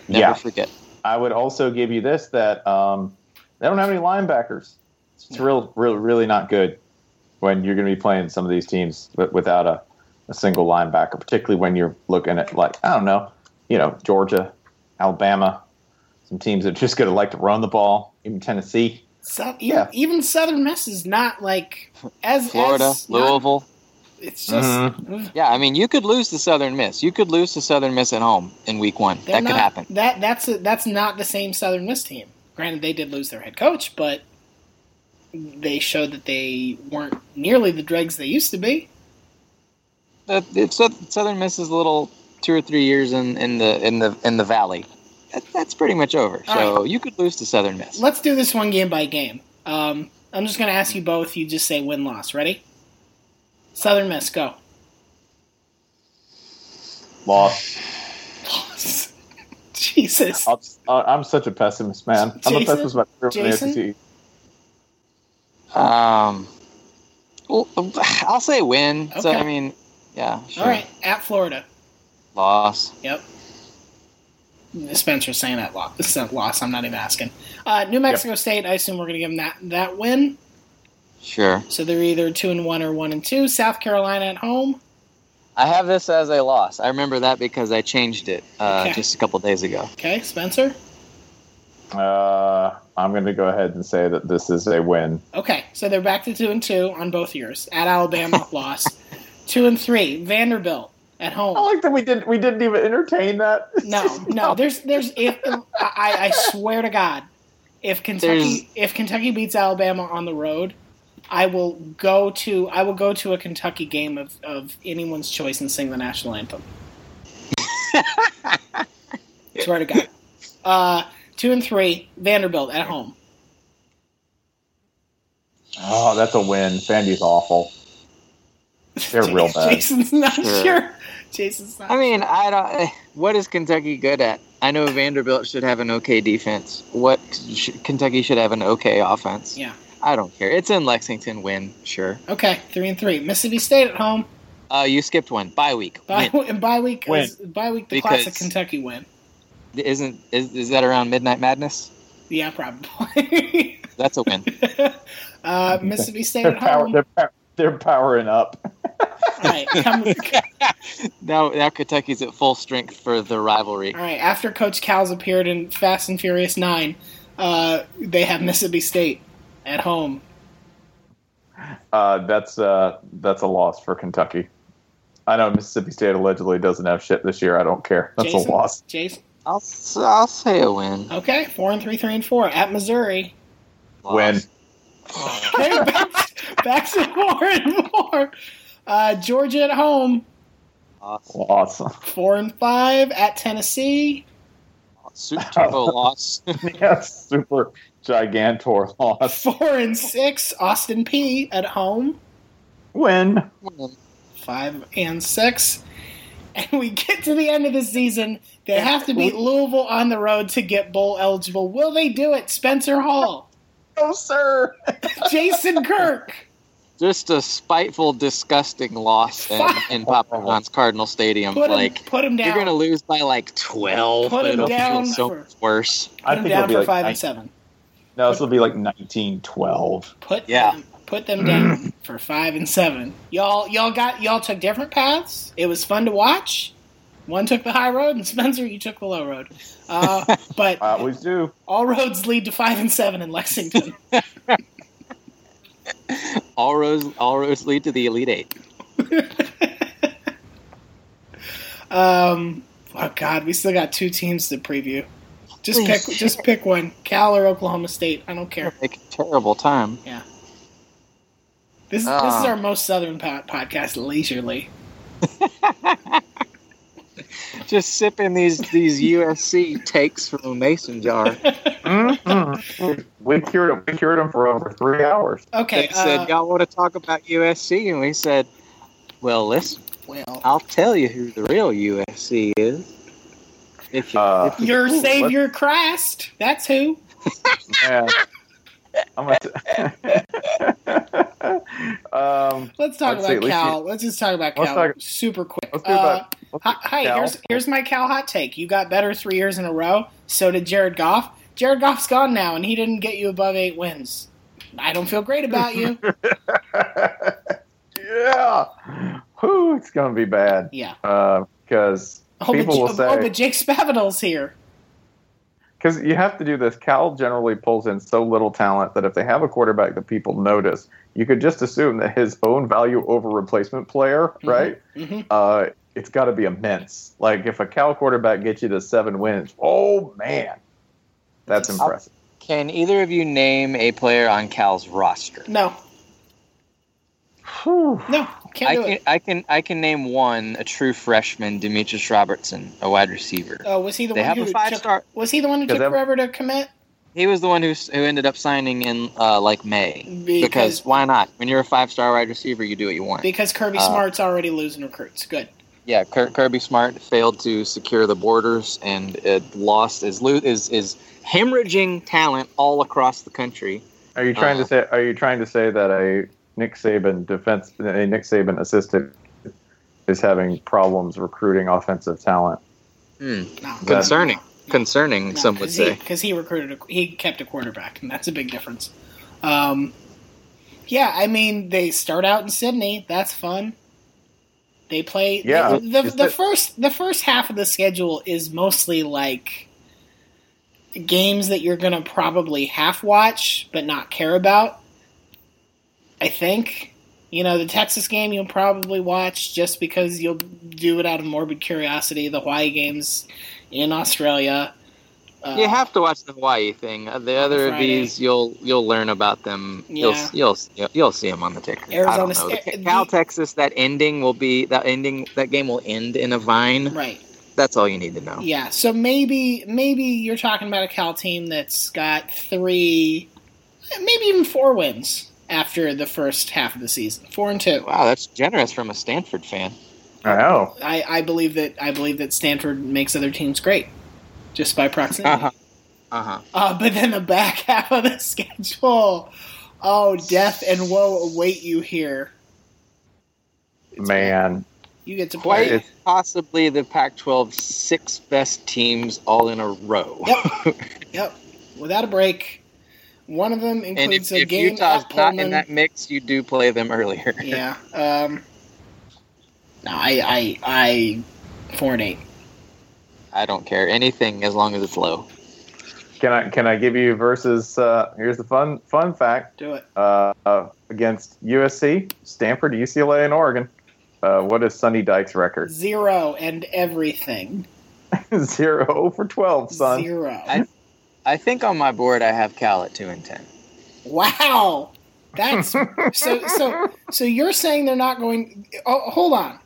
B: Never
A: Yeah.
B: forget.
A: I would also give you this that um, they don't have any linebackers. It's real, real, really not good when you're going to be playing some of these teams wi- without a, a single linebacker, particularly when you're looking at like I don't know, you know Georgia, Alabama, some teams that are just going to like to run the ball, even Tennessee.
C: So, even,
A: Yeah.
C: e- even Southern Miss is not like as
B: Florida,
C: as not-
B: Louisville.
C: it's just
B: Yeah, I mean, you could lose to Southern Miss. You could lose to Southern Miss at home in week one.
C: They're
B: that
C: not,
B: could happen.
C: That that's a, that's not the same Southern Miss team. Granted, they did lose their head coach, but they showed that they weren't nearly the dregs they used to be.
B: That- it's- Southern Miss is a little two or three years in, in the in the in the valley. That, that's pretty much over.
C: All
B: so you could lose to Southern Miss.
C: Let's do this one game by game. Um, I'm just going to ask you both. You just say win loss. Ready? Southern Miss, go.
A: Loss.
C: Loss. Jesus.
A: I'll- uh, I'm such a pessimist, man. I'm
C: Jason?
A: a pessimist about everyone in
C: Jason?
A: the SEC.
B: Um, well, I'll say win. So
C: Okay.
B: I mean, yeah, sure.
C: All right, at Florida.
B: Loss.
C: Yep. Spencer's saying that loss. It's a loss. I'm not even asking. Uh, New Mexico State. I assume we're going to give them that that win.
B: Sure.
C: So they're either two and one or one and two. South Carolina at home.
B: I have this as a loss. I remember that because I changed it uh,
C: Okay.
B: just a couple days ago.
C: Okay, Spencer.
A: Uh, I'm going to go ahead and say that this is a win.
C: Okay, so they're back to two and two on both years. At Alabama, loss. Two and three. Vanderbilt at
A: I
C: home.
A: like that we didn't we didn't even entertain that.
C: No, no. There's, there's. If I, I swear to God, if Kentucky, if Kentucky beats Alabama on the road, I will go to, I will go to a Kentucky game of, of anyone's choice and sing the national anthem. swear to God. Uh, two and three. Vanderbilt at home.
A: Oh, that's a win. Vandy's awful. They're real bad.
C: Jason's not sure.
B: Sure.
C: Jason's not.
B: I mean, I don't. eh, What is Kentucky good at? I know Vanderbilt should have an okay defense. What sh- Kentucky should have an okay offense.
C: Yeah.
B: I don't care. It's in Lexington. Win. Sure.
C: okay, three and three. Mississippi State at home.
B: Uh, you skipped one. Bye week.
C: Bye,
B: Win.
C: and bye week.
A: Win.
C: Is, bye week. The
B: Because-
C: classic Kentucky win.
B: Isn't is, is that around Midnight Madness?
C: Yeah, probably.
B: That's a win.
C: uh, Mississippi State
A: They're
C: at
A: power,
C: home.
A: they're, power, They're powering up.
C: right, come, all
B: Now, now Kentucky's at full strength for the rivalry.
C: right. After Coach Cal's appeared in Fast and Furious Nine, uh, they have Mississippi State at home.
A: Uh, that's uh, that's a loss for Kentucky. I know Mississippi State allegedly doesn't have shit this year. I don't care. That's
C: Jason?
A: a loss.
C: Jason,
B: I'll, s- I'll say a win.
C: okay, four and three, three and four at Missouri.
A: Win.
C: Okay, back, back to four and four. Uh, Georgia at home,
B: Loss.
A: Loss.
C: four and five at Tennessee.
B: Super Turbo loss.
A: yes, super gigantor loss.
C: Four and six, Austin P at home.
A: Win.
C: Five and six. And we get to the end of the season. They have to beat Louisville on the road to get bowl eligible. Will they do it? Spencer Hall,
A: No, sir.
C: Jason Kirk.
B: Just a spiteful, disgusting loss in, in Papa John's Cardinal Stadium.
C: Put him,
B: like
C: put him down.
B: you're gonna lose by like twelve.
C: Put
B: but
C: him
B: it'll feel
C: down
B: so
C: for-
B: much worse.
C: put him down
A: it'll
C: for
A: like
C: five
A: nine-
C: and seven.
A: No, this will be like 1912.
C: Put
B: Yeah.
C: them, put them
A: Mm.
C: down for five and seven. Y'all y'all got y'all took different paths. It was fun to watch. One took the high road, and Spencer, you took the low road. Uh, but
A: I always do.
C: all roads lead to five and seven in Lexington.
B: All roads, all roads lead to the Elite Eight.
C: Um, oh God, we still got two teams to preview. Just pick just pick one: Cal or Oklahoma State. I don't care.
B: Like terrible time.
C: This this is
B: Ah.
C: our most southern po- podcast leisurely.
B: Just sipping these these USC takes from a mason jar.
A: Mhm. we cured him. We cured him for over three hours.
C: Okay.
B: They said,
C: uh,
B: "Y'all want to talk about USC?" And we said, "Well, listen,
C: well,
B: I'll tell you who the real USC is." If you,
A: Uh,
B: if you-
C: your
A: Ooh,
C: savior Christ. That's who.
A: Yeah. I'm gonna t- um,
C: Let's talk
A: Let's see,
C: about
A: we
C: Cal. Let's just talk about Cal
A: Let's talk-
C: super quick.
A: let's do
C: Uh,
A: about. let's do
C: hi, hi,
A: Cal.
C: here's here's my Cal hot take. You got better three years in a row. So did Jared Goff. Jared Goff's gone now, and he didn't get you above eight wins. I don't feel great about you.
A: yeah. Whew, it's gonna be bad uh,
C: Yeah.
A: because
C: Oh,
A: people will
C: but, J- oh,
A: say
C: but Jake Spavital's here.
A: because you have to do this. Cal generally pulls in so little talent that if they have a quarterback that people notice, you could just assume that his own value over replacement player, right?
C: Mhm.
A: uh, it's got to be immense. Like if a Cal quarterback gets you to seven wins, oh man, that's impressive.
B: can either of you name a player on Cal's roster?
C: No,
A: Whew.
C: no, can't
B: I
C: do
B: can,
C: it.
B: I can, I can name one, a true freshman, Demetrius Robertson, a wide receiver.
C: Oh, was he the
B: They
C: one
B: have
C: who
B: a five
C: took,
B: star.
C: was he the one who
A: Yeah,
C: took
A: that-
C: forever to commit?
B: He was the one who s- who ended up signing in uh, like May because why not? When you're a five star wide receiver, you do what you want.
C: because Kirby
B: Uh,
C: Smart's already losing recruits. Good.
B: Yeah, Kir- Kirby Smart failed to secure the borders and it lost is lo- is is hemorrhaging talent all across the country.
A: Are you trying
B: Uh.
A: to say? Are you trying to say that a Nick Saban defense, a Nick Saban assistant, is having problems recruiting offensive talent?
B: Hmm.
C: No.
B: Concerning, concerning. some would say.
C: because he recruited a, he kept a quarterback, and that's a big difference. Um, yeah, I mean they start out in Sydney. That's fun. They play.
A: Yeah,
C: the, the,
A: is
C: the
A: it-
C: first the first half of the schedule is mostly like games that you're gonna probably half watch but not care about. I think. You know, the Texas game you'll probably watch just because you'll do it out of morbid curiosity. The Hawaii games in Australia. Uh,
B: you have to watch the Hawaii thing. Uh, The other of
C: Friday.
B: these, you'll you'll learn about them.
C: Yeah.
B: You'll you'll you'll see them on the ticker. I
C: Arizona
B: don't know.
C: State-
B: The Cal Texas. That ending will be that ending. That game will end in a vine.
C: Right.
B: That's all you need to know.
C: Yeah. So maybe maybe you're talking about a Cal team that's got three, maybe even four wins after the first half of the season. Four and two.
B: Wow, that's generous from a Stanford fan.
A: I know.
C: I, I believe that I believe that Stanford makes other teams great just by proximity.
B: Uh huh.
C: Uh, but then the back half of the schedule, oh, death and woe await you here.
A: Man,
C: You get to play.
B: Quite possibly the Pac 12 six best teams all in a row.
C: Yep. Yep. Without a break. One of them
B: And
C: includes
B: if,
C: a
B: if
C: game
B: Utah's not
C: at Pullman.
B: in that mix, you do play them earlier.
C: yeah. Um, no, I, I, I, four and eight.
B: I don't care anything as long as it's low.
A: Can I can I give you versus? Uh, here's the fun fun fact
C: Do it.
A: uh, uh, against USC, Stanford, UCLA, and Oregon. Uh, what is Sonny Dyke's record?
C: Zero and everything.
A: Zero for twelve, son.
C: Zero.
B: I- I think on my board I have Cal at two and ten.
C: Wow. That's so so so you're saying they're not going oh hold on.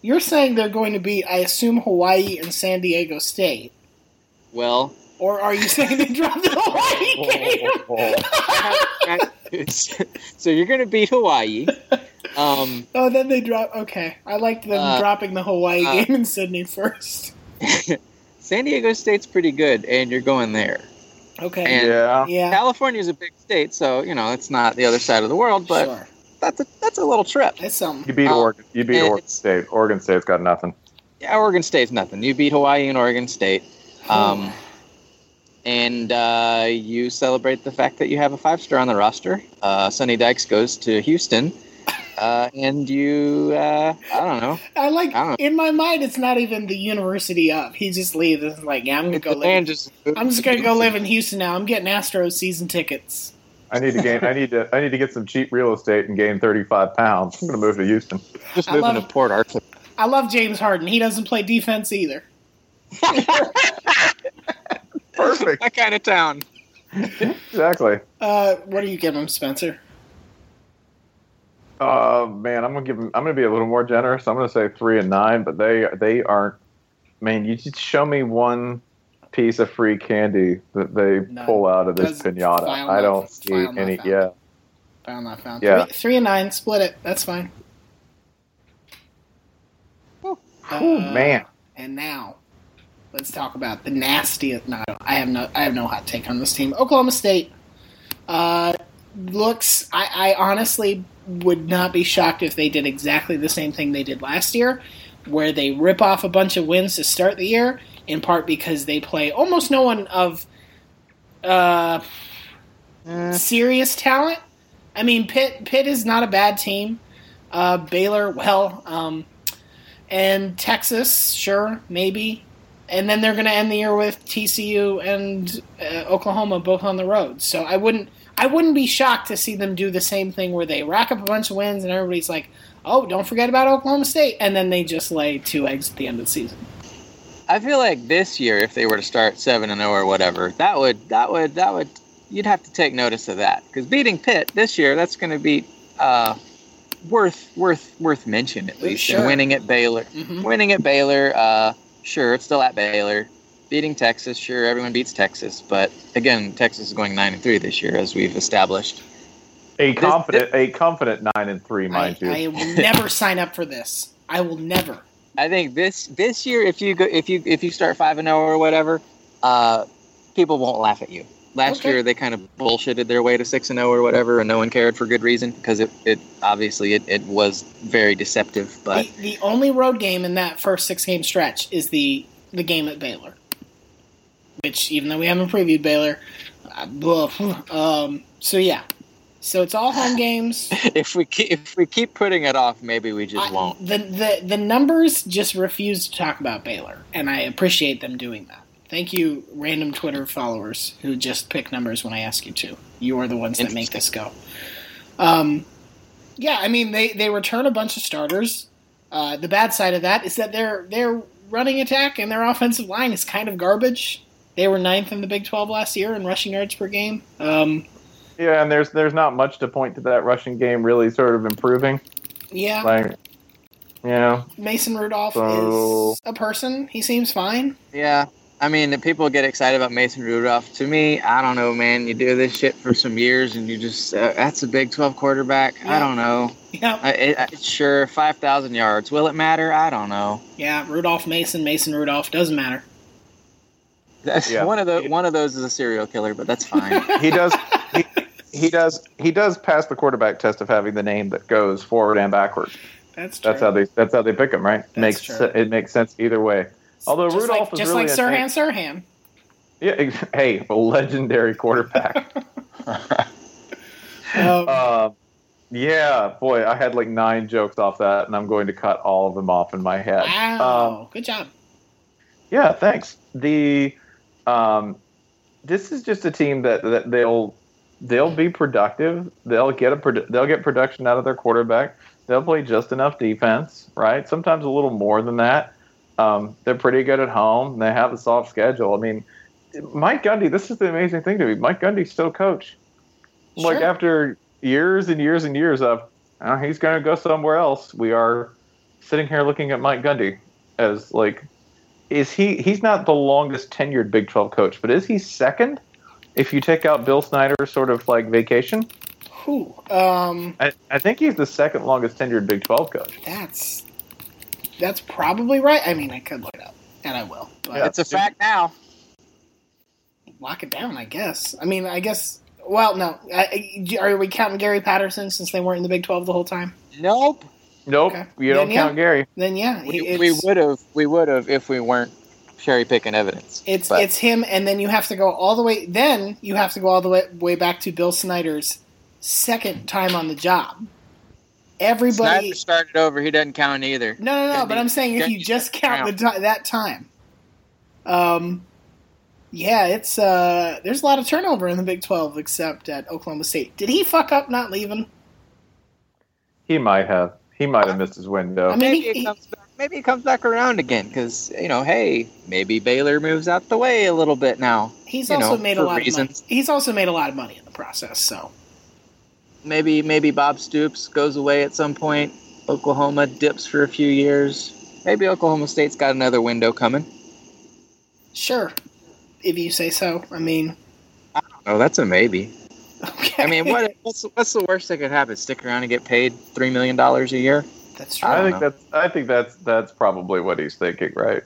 C: You're saying they're going to be I assume Hawaii and San Diego State.
B: Well,
C: Or are you saying they dropped the Hawaii game?
B: so you're going to beat Hawaii. Um,
C: Oh then they drop okay. I liked them
B: Uh,
C: dropping the Hawaii
B: uh,
C: game in Sydney first.
B: San Diego State's pretty good, and you're going there.
C: Okay.
B: and-
A: yeah.
C: yeah.
B: California's a big state, so you know it's not the other side of the world, but
C: sure.
B: that's a that's a little trip.
C: That's something.
A: You beat
B: Um,
A: Oregon. You beat
B: and
A: Oregon
B: it's-
A: State. Oregon State's got nothing.
B: Yeah, Oregon State's nothing. You beat Hawaii and Oregon State, um, and uh, you celebrate the fact that you have a five star on the roster. Uh, Sonny Dykes goes to Houston, uh, and you uh, I don't know.
C: I like
B: I don't-
C: in my mind it's not even the university up. He just leaves and is like, Yeah, I'm gonna go
B: The man
C: live.
B: just
C: I'm just gonna go live in Houston now. I'm getting Astros season tickets.
A: I need to gain. I need to. I need to get some cheap real estate and gain thirty five pounds. I'm going to move to Houston.
B: just
C: I
B: moving to
C: love-
B: Port Arthur.
C: I love James Harden. He doesn't play defense either.
A: Perfect.
B: That kind of town.
A: Exactly.
C: Uh, what do you give him, Spencer?
A: Uh, man, I'm gonna give. 'em- I'm gonna be a little more generous. I'm gonna say three and nine, but they they aren't. Man, you just show me one piece of free candy that they
C: None.
A: pull out of this
C: Doesn't-
A: pinata.
C: file
A: I
C: not-
A: don't
C: file
A: see
C: not
A: any.
C: found.
A: Yeah,
C: Found not found.
A: Yeah.
C: Three, three and nine. Split it. That's fine.
A: Oh
C: Uh,
A: man,
C: And now, let's talk about the nastiest. No, I have no. I have no hot take on this team. Oklahoma State uh, looks. I, I honestly would not be shocked if they did exactly the same thing they did last year, where they rip off a bunch of wins to start the year. In part because they play almost no one of uh, serious talent. I mean, Pitt Pitt is not a bad team. Uh, Baylor, well, um, and Texas, sure, maybe, and then they're going to end the year with TCU and uh, Oklahoma both on the road. So I wouldn't I wouldn't be shocked to see them do the same thing where they rack up a bunch of wins and everybody's like, oh, don't forget about Oklahoma State, and then they just lay two eggs at the end of the season.
B: I feel like this year, if they were to start seven and zero or whatever, that would that would that would you'd have to take notice of that because beating Pitt this year, that's going to be uh, worth worth worth mention at least.
C: Sure.
B: And winning at Baylor,
C: hmm
B: winning at Baylor, uh, sure, it's still at Baylor. Beating Texas, sure, everyone beats Texas, but again, Texas is going nine and three this year, as we've established.
A: a
B: this-
A: confident, a confident nine and three,
C: I,
A: mind you.
C: I will never sign up for this. I will never.
B: I think this this year, if you go, if you if you start five and zero or whatever, uh, people won't laugh at you. Last
C: Okay.
B: year, they kind of bullshitted their way to six and zero or whatever, and no one cared for good reason because it, it obviously it, it was very deceptive. But
C: the, the only road game in that first six game stretch is the the game at Baylor, which even though we haven't previewed Baylor, uh, blah, um, so yeah, so it's all home games.
B: if we keep, if we keep putting it off, maybe we just
C: I-
B: won't.
C: the the the numbers just refuse to talk about Baylor, and I appreciate them doing that. Thank you, random Twitter followers who just pick numbers when I ask you to. You are the ones that make this go. Um, yeah, I mean they they return a bunch of starters. Uh, the bad side of that is that their their running attack and their offensive line is kind of garbage. They were ninth in the Big Twelve last year in rushing yards per game. Um,
A: yeah, and there's there's not much to point to that Russian game really sort of improving.
C: yeah,
A: Like, you know,
C: Mason Rudolph
A: So-
C: is a person. He seems fine.
B: Yeah, I mean, the people get excited about Mason Rudolph. To me, I don't know, man. You do this shit for some years, and you just uh, that's a Big Twelve quarterback.
C: Yeah.
B: I don't know.
C: Yeah,
B: I, it, I, sure, five thousand yards. Will it matter? I don't know.
C: Yeah, Rudolph Mason, Mason Rudolph doesn't matter.
B: That's
A: Yeah.
B: one of the one of those is a serial killer, but that's fine.
A: he does. He, he does. He does pass the quarterback test of having the name that goes forward and backward.
C: That's true.
A: That's how they. That's how they pick him, right? makes
C: true.
A: it makes sense either way. Although
C: just
A: Rudolph
C: like,
A: is
C: just
A: really
C: like
A: an-
C: Sirhan Sirhan.
A: Yeah. ex- Hey, a legendary quarterback. Uh,
C: Oh,
A: Um, Yeah, boy, I had like nine jokes off that, and I'm going to cut all of them off in my head.
C: Wow.
A: Um,
C: Good job.
A: yeah, thanks. The um, this is just a team that, that they'll they'll be productive. They'll get a produ- they'll get production out of their quarterback. They'll play just enough defense, right? Sometimes a little more than that. Um, they're pretty good at home. They have a soft schedule. I mean, Mike Gundy. This is the amazing thing to me. Mike Gundy's still coach. Like
C: Sure.
A: after years and years and years of, oh, he's going to go somewhere else. We are sitting here looking at Mike Gundy as like, is he? He's not the longest tenured Big Twelve coach, but is he second? If you take out Bill Snyder's sort of like vacation,
C: Whew. Um,
A: I, I think he's the second longest tenured Big Twelve coach.
C: that's that's probably right. I mean, I could look it up, and I will. But
A: Yeah.
B: It's a fact now.
C: lock it down, I guess. I mean, I guess. Well, no. I, I- are we counting Gary Patterson since they weren't in the Big Twelve the whole time?
B: Nope.
A: Nope,
C: Okay.
A: you don't
C: Yeah, yeah.
A: count Gary.
C: Then yeah,
B: We
C: it's,
B: we would have. We would have if we weren't cherry picking evidence.
C: It's
B: but-
C: it's him, and then you have to go all the way. Then you have to go all the way, way back to Bill Snyder's second time on the job. Everybody,
B: Snyder started over. He doesn't count either.
C: no, no, no.
B: Gundy-
C: But I'm saying if you
B: Gundy
C: just count the ti that time, um, yeah, it's uh, there's a lot of turnover in the Big Twelve, except at Oklahoma State. Did he fuck up not leaving?
A: He might have. He might have missed his window.
C: I mean,
B: maybe
C: he-
B: it comes back. Maybe it comes back around again because you know, hey, maybe Baylor moves out the way a little bit now.
C: He's
B: You
C: also
B: know,
C: made a
B: for
C: lot
B: reasons.
C: of money. He's also made a lot of money in the process. So
B: Maybe maybe Bob Stoops goes away at some point. Oklahoma dips for a few years. Maybe Oklahoma State's got another window coming.
C: sure, if you say so. I mean,
B: Oh, that's a maybe.
C: okay.
B: I mean, what what's, what's the worst that could happen? Stick around and get paid three million dollars a year?
C: That's true.
A: I,
B: I don't
A: think
B: know.
A: that's. I think that's that's probably what he's thinking, right?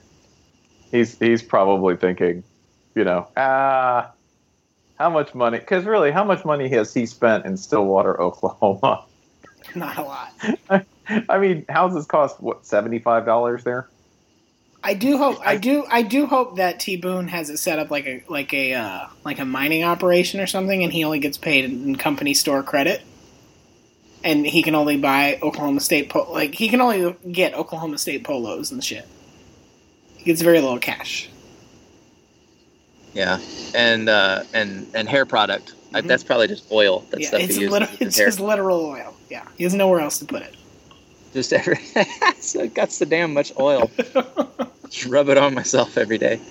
A: He's he's probably thinking, you know, ah, how much money? Because really, how much money has he spent in Stillwater, Oklahoma?
C: Not a lot.
A: I mean, houses cost what seventy five dollars there.
C: I do hope. I do. I do hope that T Boone has it set up like a like a uh, like a mining operation or something, and he only gets paid in company store credit, and he can only buy Oklahoma State po- like he can only get Oklahoma State polos and shit. He gets very little cash.
B: Yeah, and uh, and and hair product. I,
C: Mhm.
B: that's probably just oil. That
C: yeah,
B: stuff
C: it's
B: he uses.
C: literal.
B: in his
C: It's
B: hair.
C: just literal oil. Yeah, he has nowhere else to put it.
B: just every so it got so damn much oil. Just rub it on myself every day.